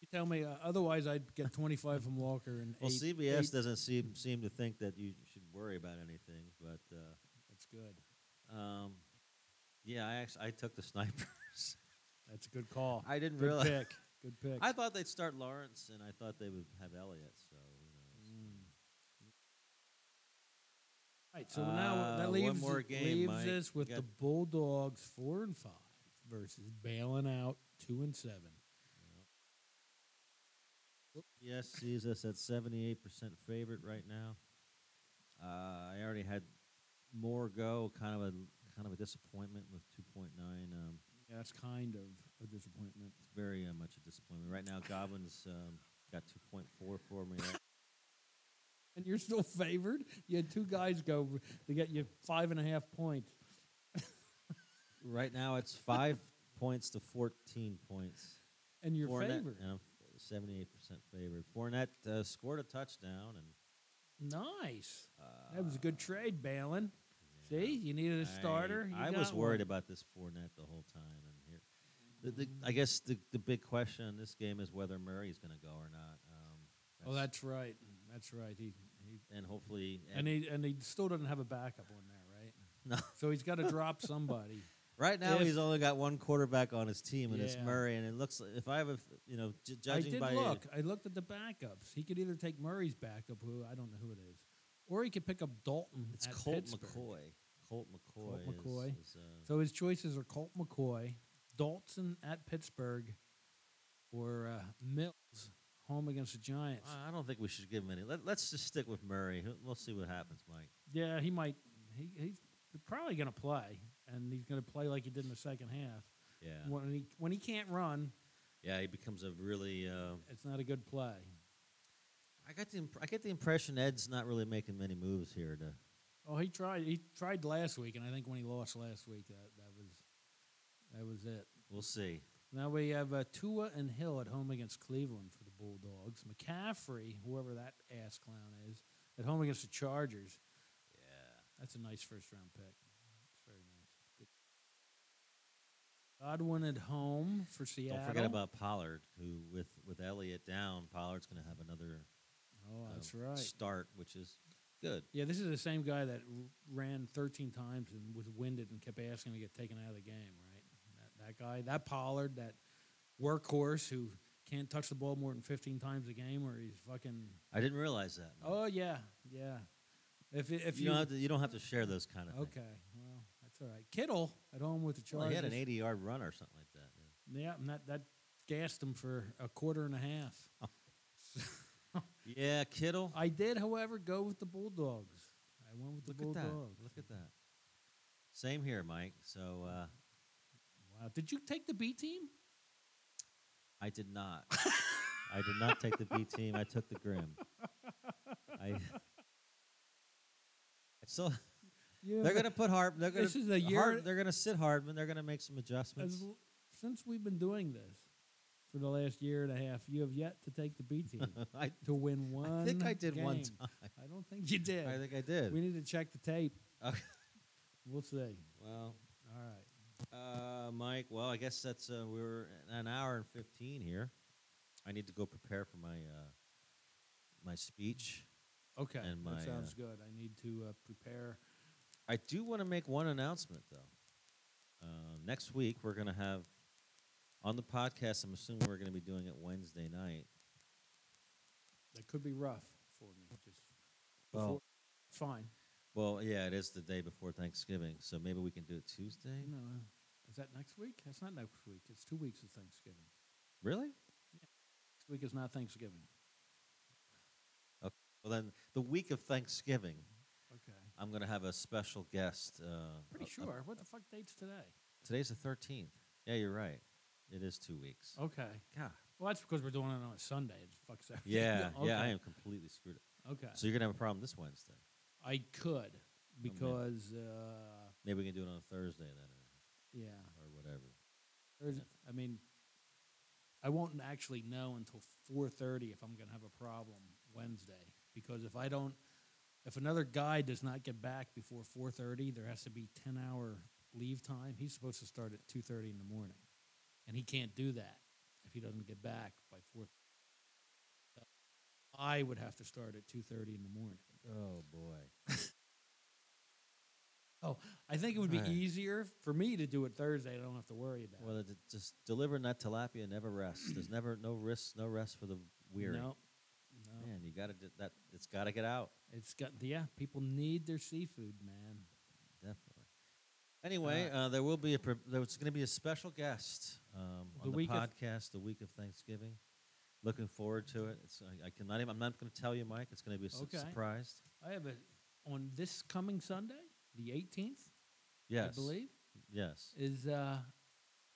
You tell me. Uh, otherwise, I'd get 25 from Walker and well, eight. CBS eight- doesn't seem seem to think that you should worry about anything. But uh, That's good. um, yeah, I actually I took the snipers. That's a good call. I didn't good realize. pick. Good pick. I thought they'd start Lawrence, and I thought they would have Elliott. So you know, All right. So now Uh, that one leaves more game, leaves Mike. us We with the got- Bulldogs four and five versus bailing out two and seven. Yes sees us at 78% favorite right now. Uh, I already had more go, kind of a kind of a disappointment with 2.9. Um, Yeah, that's kind of a disappointment. it's very uh, much a disappointment. Right now, Goblin's um, got 2.4 for me. And you're still favored. You had two guys go to get you five and a half points. right now, it's five points to 14 points. And you're Fournette, favored. yeah, 78% favored. Fournette uh, scored a touchdown, and Nice. that was a good trade, Balin. See, you needed a starter. Uh, I, I you was got worried one. about this Fournette the whole time, and here, the, the, I guess the, the big question in this game is whether Murray's going to go or not. Um, Oh, that's right. That's right. He, he and hopefully, and he and he still doesn't have a backup on there, right? No. So he's got to drop somebody. right now if- he's only got one quarterback on his team, and it's Yeah. Murray. And it looks like if I have a f- you know j- I judging did by look. I looked at the backups. He could either take Murray's backup, who I don't know who it is, or he could pick up Dalton. it's at Colt Pittsburgh. McCoy. Colt McCoy. is- McCoy. is, uh, So his choices are Colt McCoy, Dalton at Pittsburgh, or uh, Mills home against the Giants. I- I don't think we should give him any. Let, let's just stick with Murray. Who- We'll see what happens, Mike. Yeah, he might. He, he's probably going to play, and he's going to play like he did in the second half. Yeah, When he when he can't run, yeah. He becomes a really. Uh, it's not a good play. I got the imp- I get the impression Ed's not really making many moves here. To Oh, he tried. He tried last week, and I think when he lost last week, that that was that was it. we'll see. Now we have uh, Tua and Hill at home against Cleveland for the Bulldogs. McCaffrey, whoever that ass clown is, at home against the Chargers. Yeah, That's a nice first round pick. It's very nice. Good. Godwin at home for Seattle. don't forget about Pollard, who with with Elliott down, Pollard's going to have another Oh, uh, that's right. start, which is good. Yeah, this is the same guy that r- ran 13 times and was winded and kept asking to get taken out of the game, right? That, that guy, that Pollard, that workhorse who can't touch the ball more than 15 times a game, or he's fucking. I didn't realize that. man. Oh yeah, yeah. If it- if you, you, don't have to, you don't have to share those kind of okay, things. well that's all right. Kittle at home with the Chargers. Well, he had an 80 yard run or something like that. yeah. Yeah, and that that gassed him for a quarter and a half. Yeah, Kittle. I did, however, go with the Bulldogs. I went with the Look at that. Bulldogs. Look at that. Same here, Mike. So uh, Wow, did you take the B team? I did not. I did not take the B team. I took the Grim. I. I still. Yeah, They're gonna put Hard. They're gonna. This is a year- Hard- they're gonna sit Hardman. They're gonna make some adjustments. As, l- since we've been doing this for the last year and a half, you have yet to take the B team I, to win one. I think I did one game. time. I don't think you did. I think I did. we need to check the tape. Okay. We'll see. Well, All right. uh, Mike. Well, I guess that's uh, we were at an hour and fifteen here. I need to go prepare for my uh, my speech. Okay, And my, uh, that sounds good. I need to uh, prepare. I do want to make one announcement though. Um, next week we're going to have on the podcast. I'm assuming we're going to be doing it Wednesday night. That could be rough for me. Just Well- before- it's fine. Well, yeah, it is the day before Thanksgiving, so maybe we can do it Tuesday. No, uh, is that next week? That's not next week. It's two weeks of Thanksgiving. Really? Next week is not Thanksgiving. Okay. Well, then the week of Thanksgiving, Okay, I'm going to have a special guest. Uh, pretty uh, uh, sure. What the fuck date's today? today's the 13th. Yeah, you're right. It is two weeks. Okay. God. Well, that's because we're doing it on a Sunday. It fucks everything. Yeah, okay. yeah, I am completely screwed up. Okay. So you're going to have a problem this Wednesday. I could because uh, Maybe we can do it on a Thursday then yeah, or, or whatever. there's. I mean, I won't actually know until four thirty if I'm gonna have a problem Wednesday because if I don't, if another guy does not get back before four thirty, there has to be ten hour leave time. He's supposed to start at two thirty in the morning, and he can't do that if he doesn't get back by four. I would have to start at two thirty in the morning. Oh, boy. Oh, I think it would be Right. easier for me to do it Thursday. I don't have to worry about Well, it- just delivering that tilapia never rests. There's never no rest, no rest for the it. weary. No, no, Man, you got to that. It's got to get out, it's got yeah. People need their seafood, man. definitely. Anyway, uh, there will be a pre- there's going to be a special guest um, The on the week of- podcast the week of Thanksgiving. Looking forward to it. It's, I, I cannot. even- I'm not going to tell you, Mike. It's going to be a su- Okay. surprise. I have a on this coming Sunday, the 18th, Yes, I believe, Yes. is uh,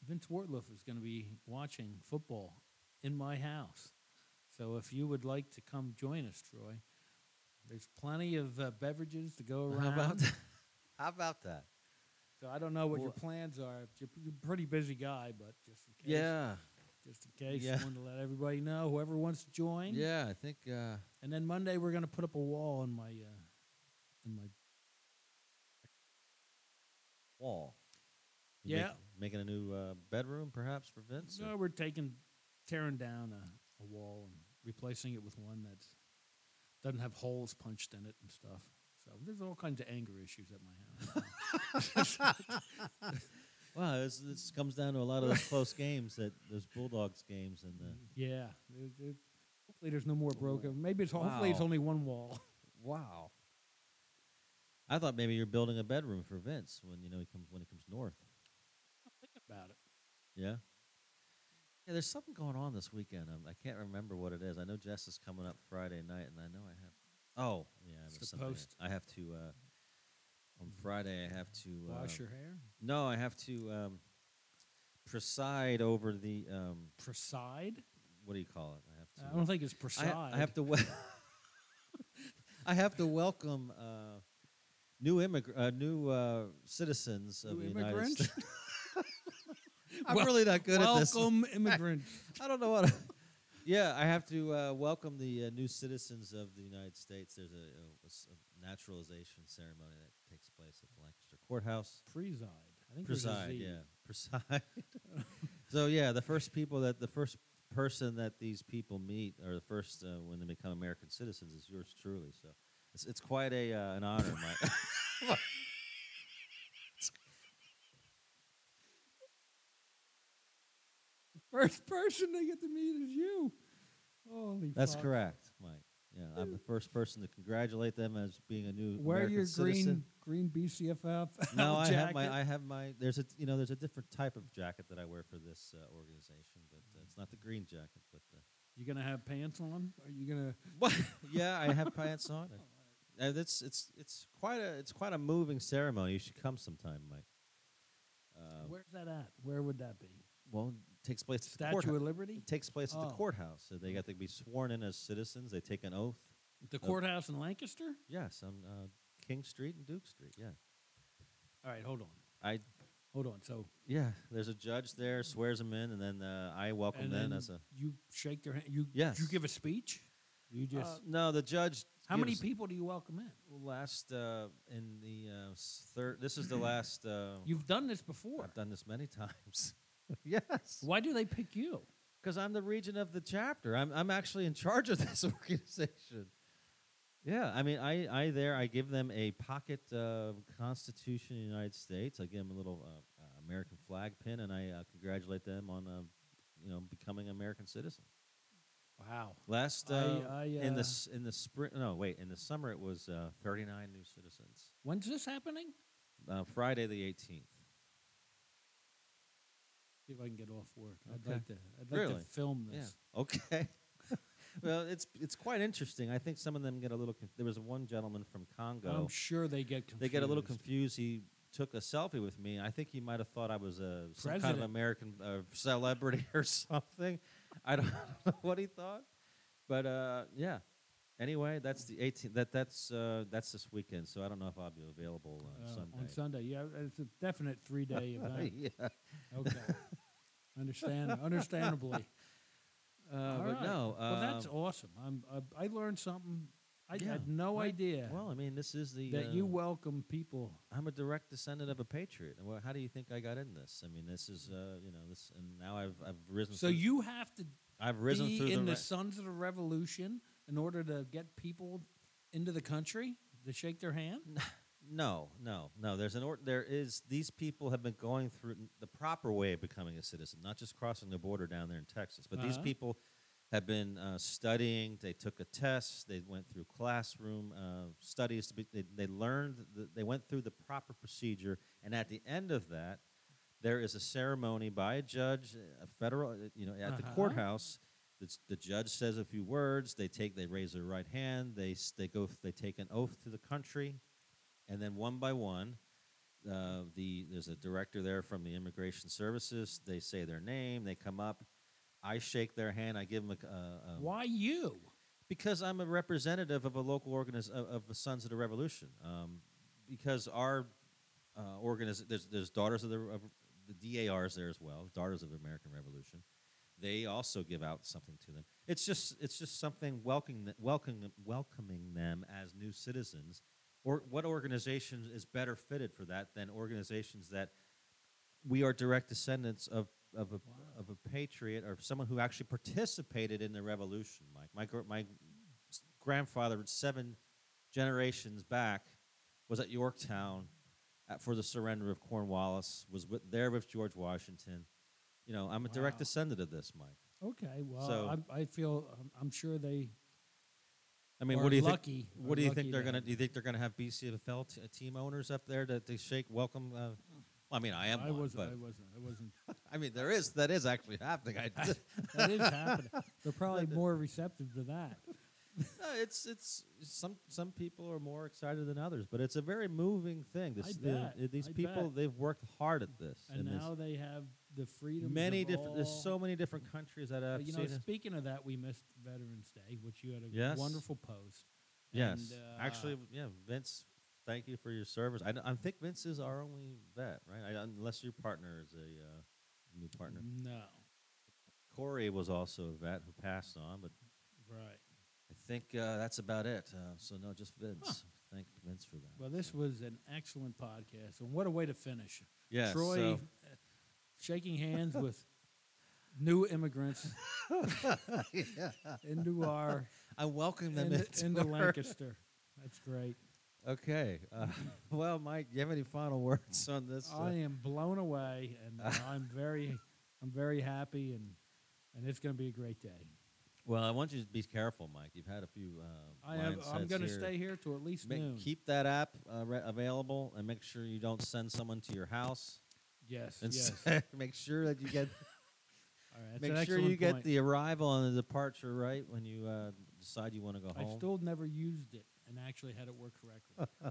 Vince Wartliff is going to be watching football in my house. So if you would like to come join us, Troy, there's plenty of uh, beverages to go around. How about that? How about that? So I don't know what your Wha- plans are. You're, p- you're a pretty busy guy, but just in case, Yeah, just in case, Yeah. I wanted to let everybody know. Whoever wants to join, yeah. I think. Uh, And then Monday we're gonna put up a wall in my uh, in my wall. You yeah. Make, making a new uh, bedroom, perhaps for Vince. or- No, we're taking tearing down a, a wall and replacing it with one that doesn't have holes punched in it and stuff. So there's all kinds of anger issues at my house. Wow, this, this comes down to a lot of those close games that those Bulldogs games and the. yeah. There, there- hopefully there's no more broken. Maybe it's hopefully it's Wow. only one wall. Wow. I thought maybe you're building a bedroom for Vince when you know he comes when he comes north. About it. Yeah. Yeah, there's something going on this weekend. Um, I can't remember what it is. I know Jess is coming up Friday night, and I know I have. Oh, yeah, It's there's the something I- post. I have to. Uh, on Friday, I have to. Uh, Wash your hair. No, I have to um, preside over the. Um, Preside. what do you call it? I have to. I don't think it's I, preside. ha- I have to. Wel- I have to welcome uh, new immigr- uh, new uh, citizens of New the United immigrant. States. I'm really not good at this. Welcome immigrant. I don't know what. I- yeah, I have to uh, welcome the uh, new citizens of the United States. There's a, a- a s- a naturalization ceremony that takes place at the Lancaster Courthouse. Preside. I think there's a Preside, Z. yeah, preside. so yeah, the first people that the first person that these people meet, or the first uh, when they become American citizens, is yours truly. So it's, it's quite a uh, an honor, Mike. First person they get to meet is you. Holy That's fuck. correct, Mike. Yeah, I'm the first person to congratulate them as being a new Wear American your citizen. green green BCFF. No, I have jacket. my I have my. There's a you know there's a different type of jacket that I wear for this uh, organization, but uh, it's not the green jacket. But uh, You gonna have pants on? Are you gonna? yeah, I have pants on. Uh, that's it's it's quite a it's quite a moving ceremony. You should come sometime, Mike. Uh, Where's that at? Where would that be? well, it takes place at the Statue of courthouse. Liberty. It takes place at the Oh. courthouse. So they got to be sworn in as citizens. They take an oath. The courthouse in Lancaster. Yes, on uh, King Street and Duke Street. Yeah, All right, hold on, I hold on. So yeah. There's a judge there, swears them in, and then uh, I welcome and them then as a. you shake their hand. You Yes. You give a speech. You just. Uh, no, the judge. how many gives- people do you welcome in? Last uh, in the uh, s- third. This is the last. Uh, You've done this before. I've done this many times. yes. Why do they pick you? Because I'm the region of the chapter. I'm, I'm actually in charge of this organization. Yeah, I mean, I, I there, I give them a pocket uh, Constitution of the United States. I give them a little uh, uh, American flag pin, and I uh, congratulate them on, uh, you know, becoming an American citizen. Wow. Last I- uh, I, in the uh, s- in the spring, no, wait, in the summer it was uh, 39 new citizens. When's this happening? Uh, Friday the 18th. See if I can get off work. I'd Okay. like to. I'd like Really? to film this. Yeah. Okay. well, it's it's quite interesting. I think some of them get a little. Conf- there was one gentleman from Congo. I'm sure they get confused. they get a little confused. He took a selfie with me. I think he might have thought I was a some kind of President. American uh, celebrity or something. I don't know what he thought, but uh, yeah. Anyway, that's the 18th. That that's uh, that's this weekend. So I don't know if I'll be available on Uh, Sunday. On Sunday, yeah, it's a definite three-day event. yeah. Okay, understand, understandably. Uh, All but right. no. well, that's um, awesome. I'm, I, I learned something. I Yeah. had no Right. idea Well, I mean, this is the that you uh, welcome people. I'm a direct descendant of a patriot. Well, how do you think I got in this? I mean, this is uh, you know this, and now I've I've risen. So through, you have to I've risen be through in the, the, ra- Sons of the Revolution in order to get people into the country to shake their hand. no no no. There's an or- there is these people have been going through the proper way of becoming a citizen, not just crossing the border down there in Texas, but these Uh-huh. people have been uh, studying. They took a test. They went through classroom uh, studies. To be, they, they learned. The, they went through the proper procedure, and at the end of that, there is a ceremony by a judge, a federal, uh, you know, at the Uh-huh. courthouse, The, s- the judge says a few words. They take, they raise their right hand. They s- they go, they take an oath to the country, and then one by one, uh, the there's a director there from the immigration services. They say their name. They come up. I shake their hand. I give them a, a, a Why you? because I'm a representative of a local organiz- of, of the Sons of the Revolution. Um, because our uh, organiz- there's, there's daughters of the of the DARs there as well, daughters of the American Revolution. They also give out something to them. It's just it's just something welcoming th- welcoming welcoming them as new citizens. Or what organization is better fitted for that than organizations that we are direct descendants of of a, of a patriot or someone who actually participated in the revolution. Mike, my gr- my s- grandfather seven generations back was at Yorktown at, for the surrender of Cornwallis. Was with, there with George Washington. You know, I'm a direct Wow. descendant of this, Mike. Okay, well, So- I'm, I feel I'm, I'm sure they. I mean, Or what do you lucky- think? or What do you lucky think they're to gonna? have Do you think they're gonna have BCFL t- uh, team owners up there to, to shake welcome? Uh, well, I mean, I am. I one, wasn't. but- I wasn't. I wasn't. I mean, there is that is actually happening. I, That is happening. They're probably more receptive to that. No, it's it's some some people are more excited than others, but it's a very moving thing. This, I the- bet, these I people bet. they've worked hard at this, And there's now they have the freedom. many different. There's so many different countries that But, I've you know, seen. it. speaking of that, we missed Veterans Day, which you had a Yes. wonderful post. yes, and, uh, actually, yeah, Vince, thank you for your service. I, don't- I think Vince is our only vet, right? I, unless your partner is a uh, new partner. No, Corey was also a vet who passed on, but right. I think uh, that's about it. Uh, so no, just Vince. Thank Vince for that. Well, this was an excellent podcast, and what a way to finish! yeah, Troy so- uh, shaking hands with new immigrants into our I welcome them into, into into our- Lancaster. That's great. Okay. Uh, well, Mike, do you have any final words on this? uh? I am blown away, and I'm very, I'm very happy, and and it's going to be a great day. well, I want you to be careful, Mike. You've had a few. Uh, I have, lion's I'm heads going to here. stay here till at least Ma- noon. keep that app uh, re- available and make sure you don't send someone to your house. yes, And yes. s- make sure that you get All right, that's an make sure you excellent get point. the arrival and the departure right when you uh, decide you want to go I home. still never used it and actually had it work correctly.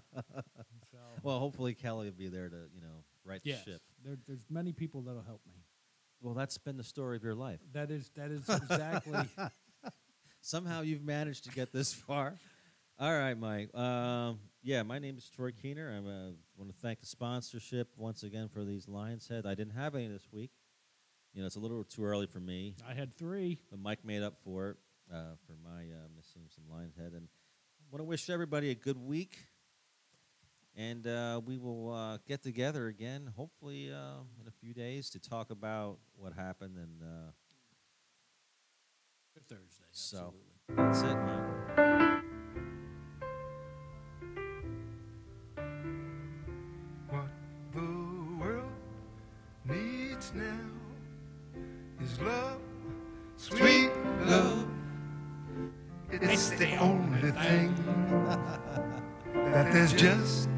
so, well, hopefully Kelly will be there to you know right yes, the ship. there, there's many people that'll help me. Well, that's been the story of your life. That is that is exactly. somehow you've managed to get this far. All right, Mike. Um, yeah, my name is Troy Keener. I uh, want to thank the sponsorship once again for these Lions Head. I didn't have any this week. You know, it's a little too early for me, I had three. but Mike made up for it uh, for my uh, missing some Lions Head. And I want to wish everybody a good week. And uh, we will uh, get together again, hopefully uh, in a few days, to talk about what happened. And uh, Thursday. So. Absolutely. that's it, Mike. What the world needs now is love, sweet love. It's the only thing that there's just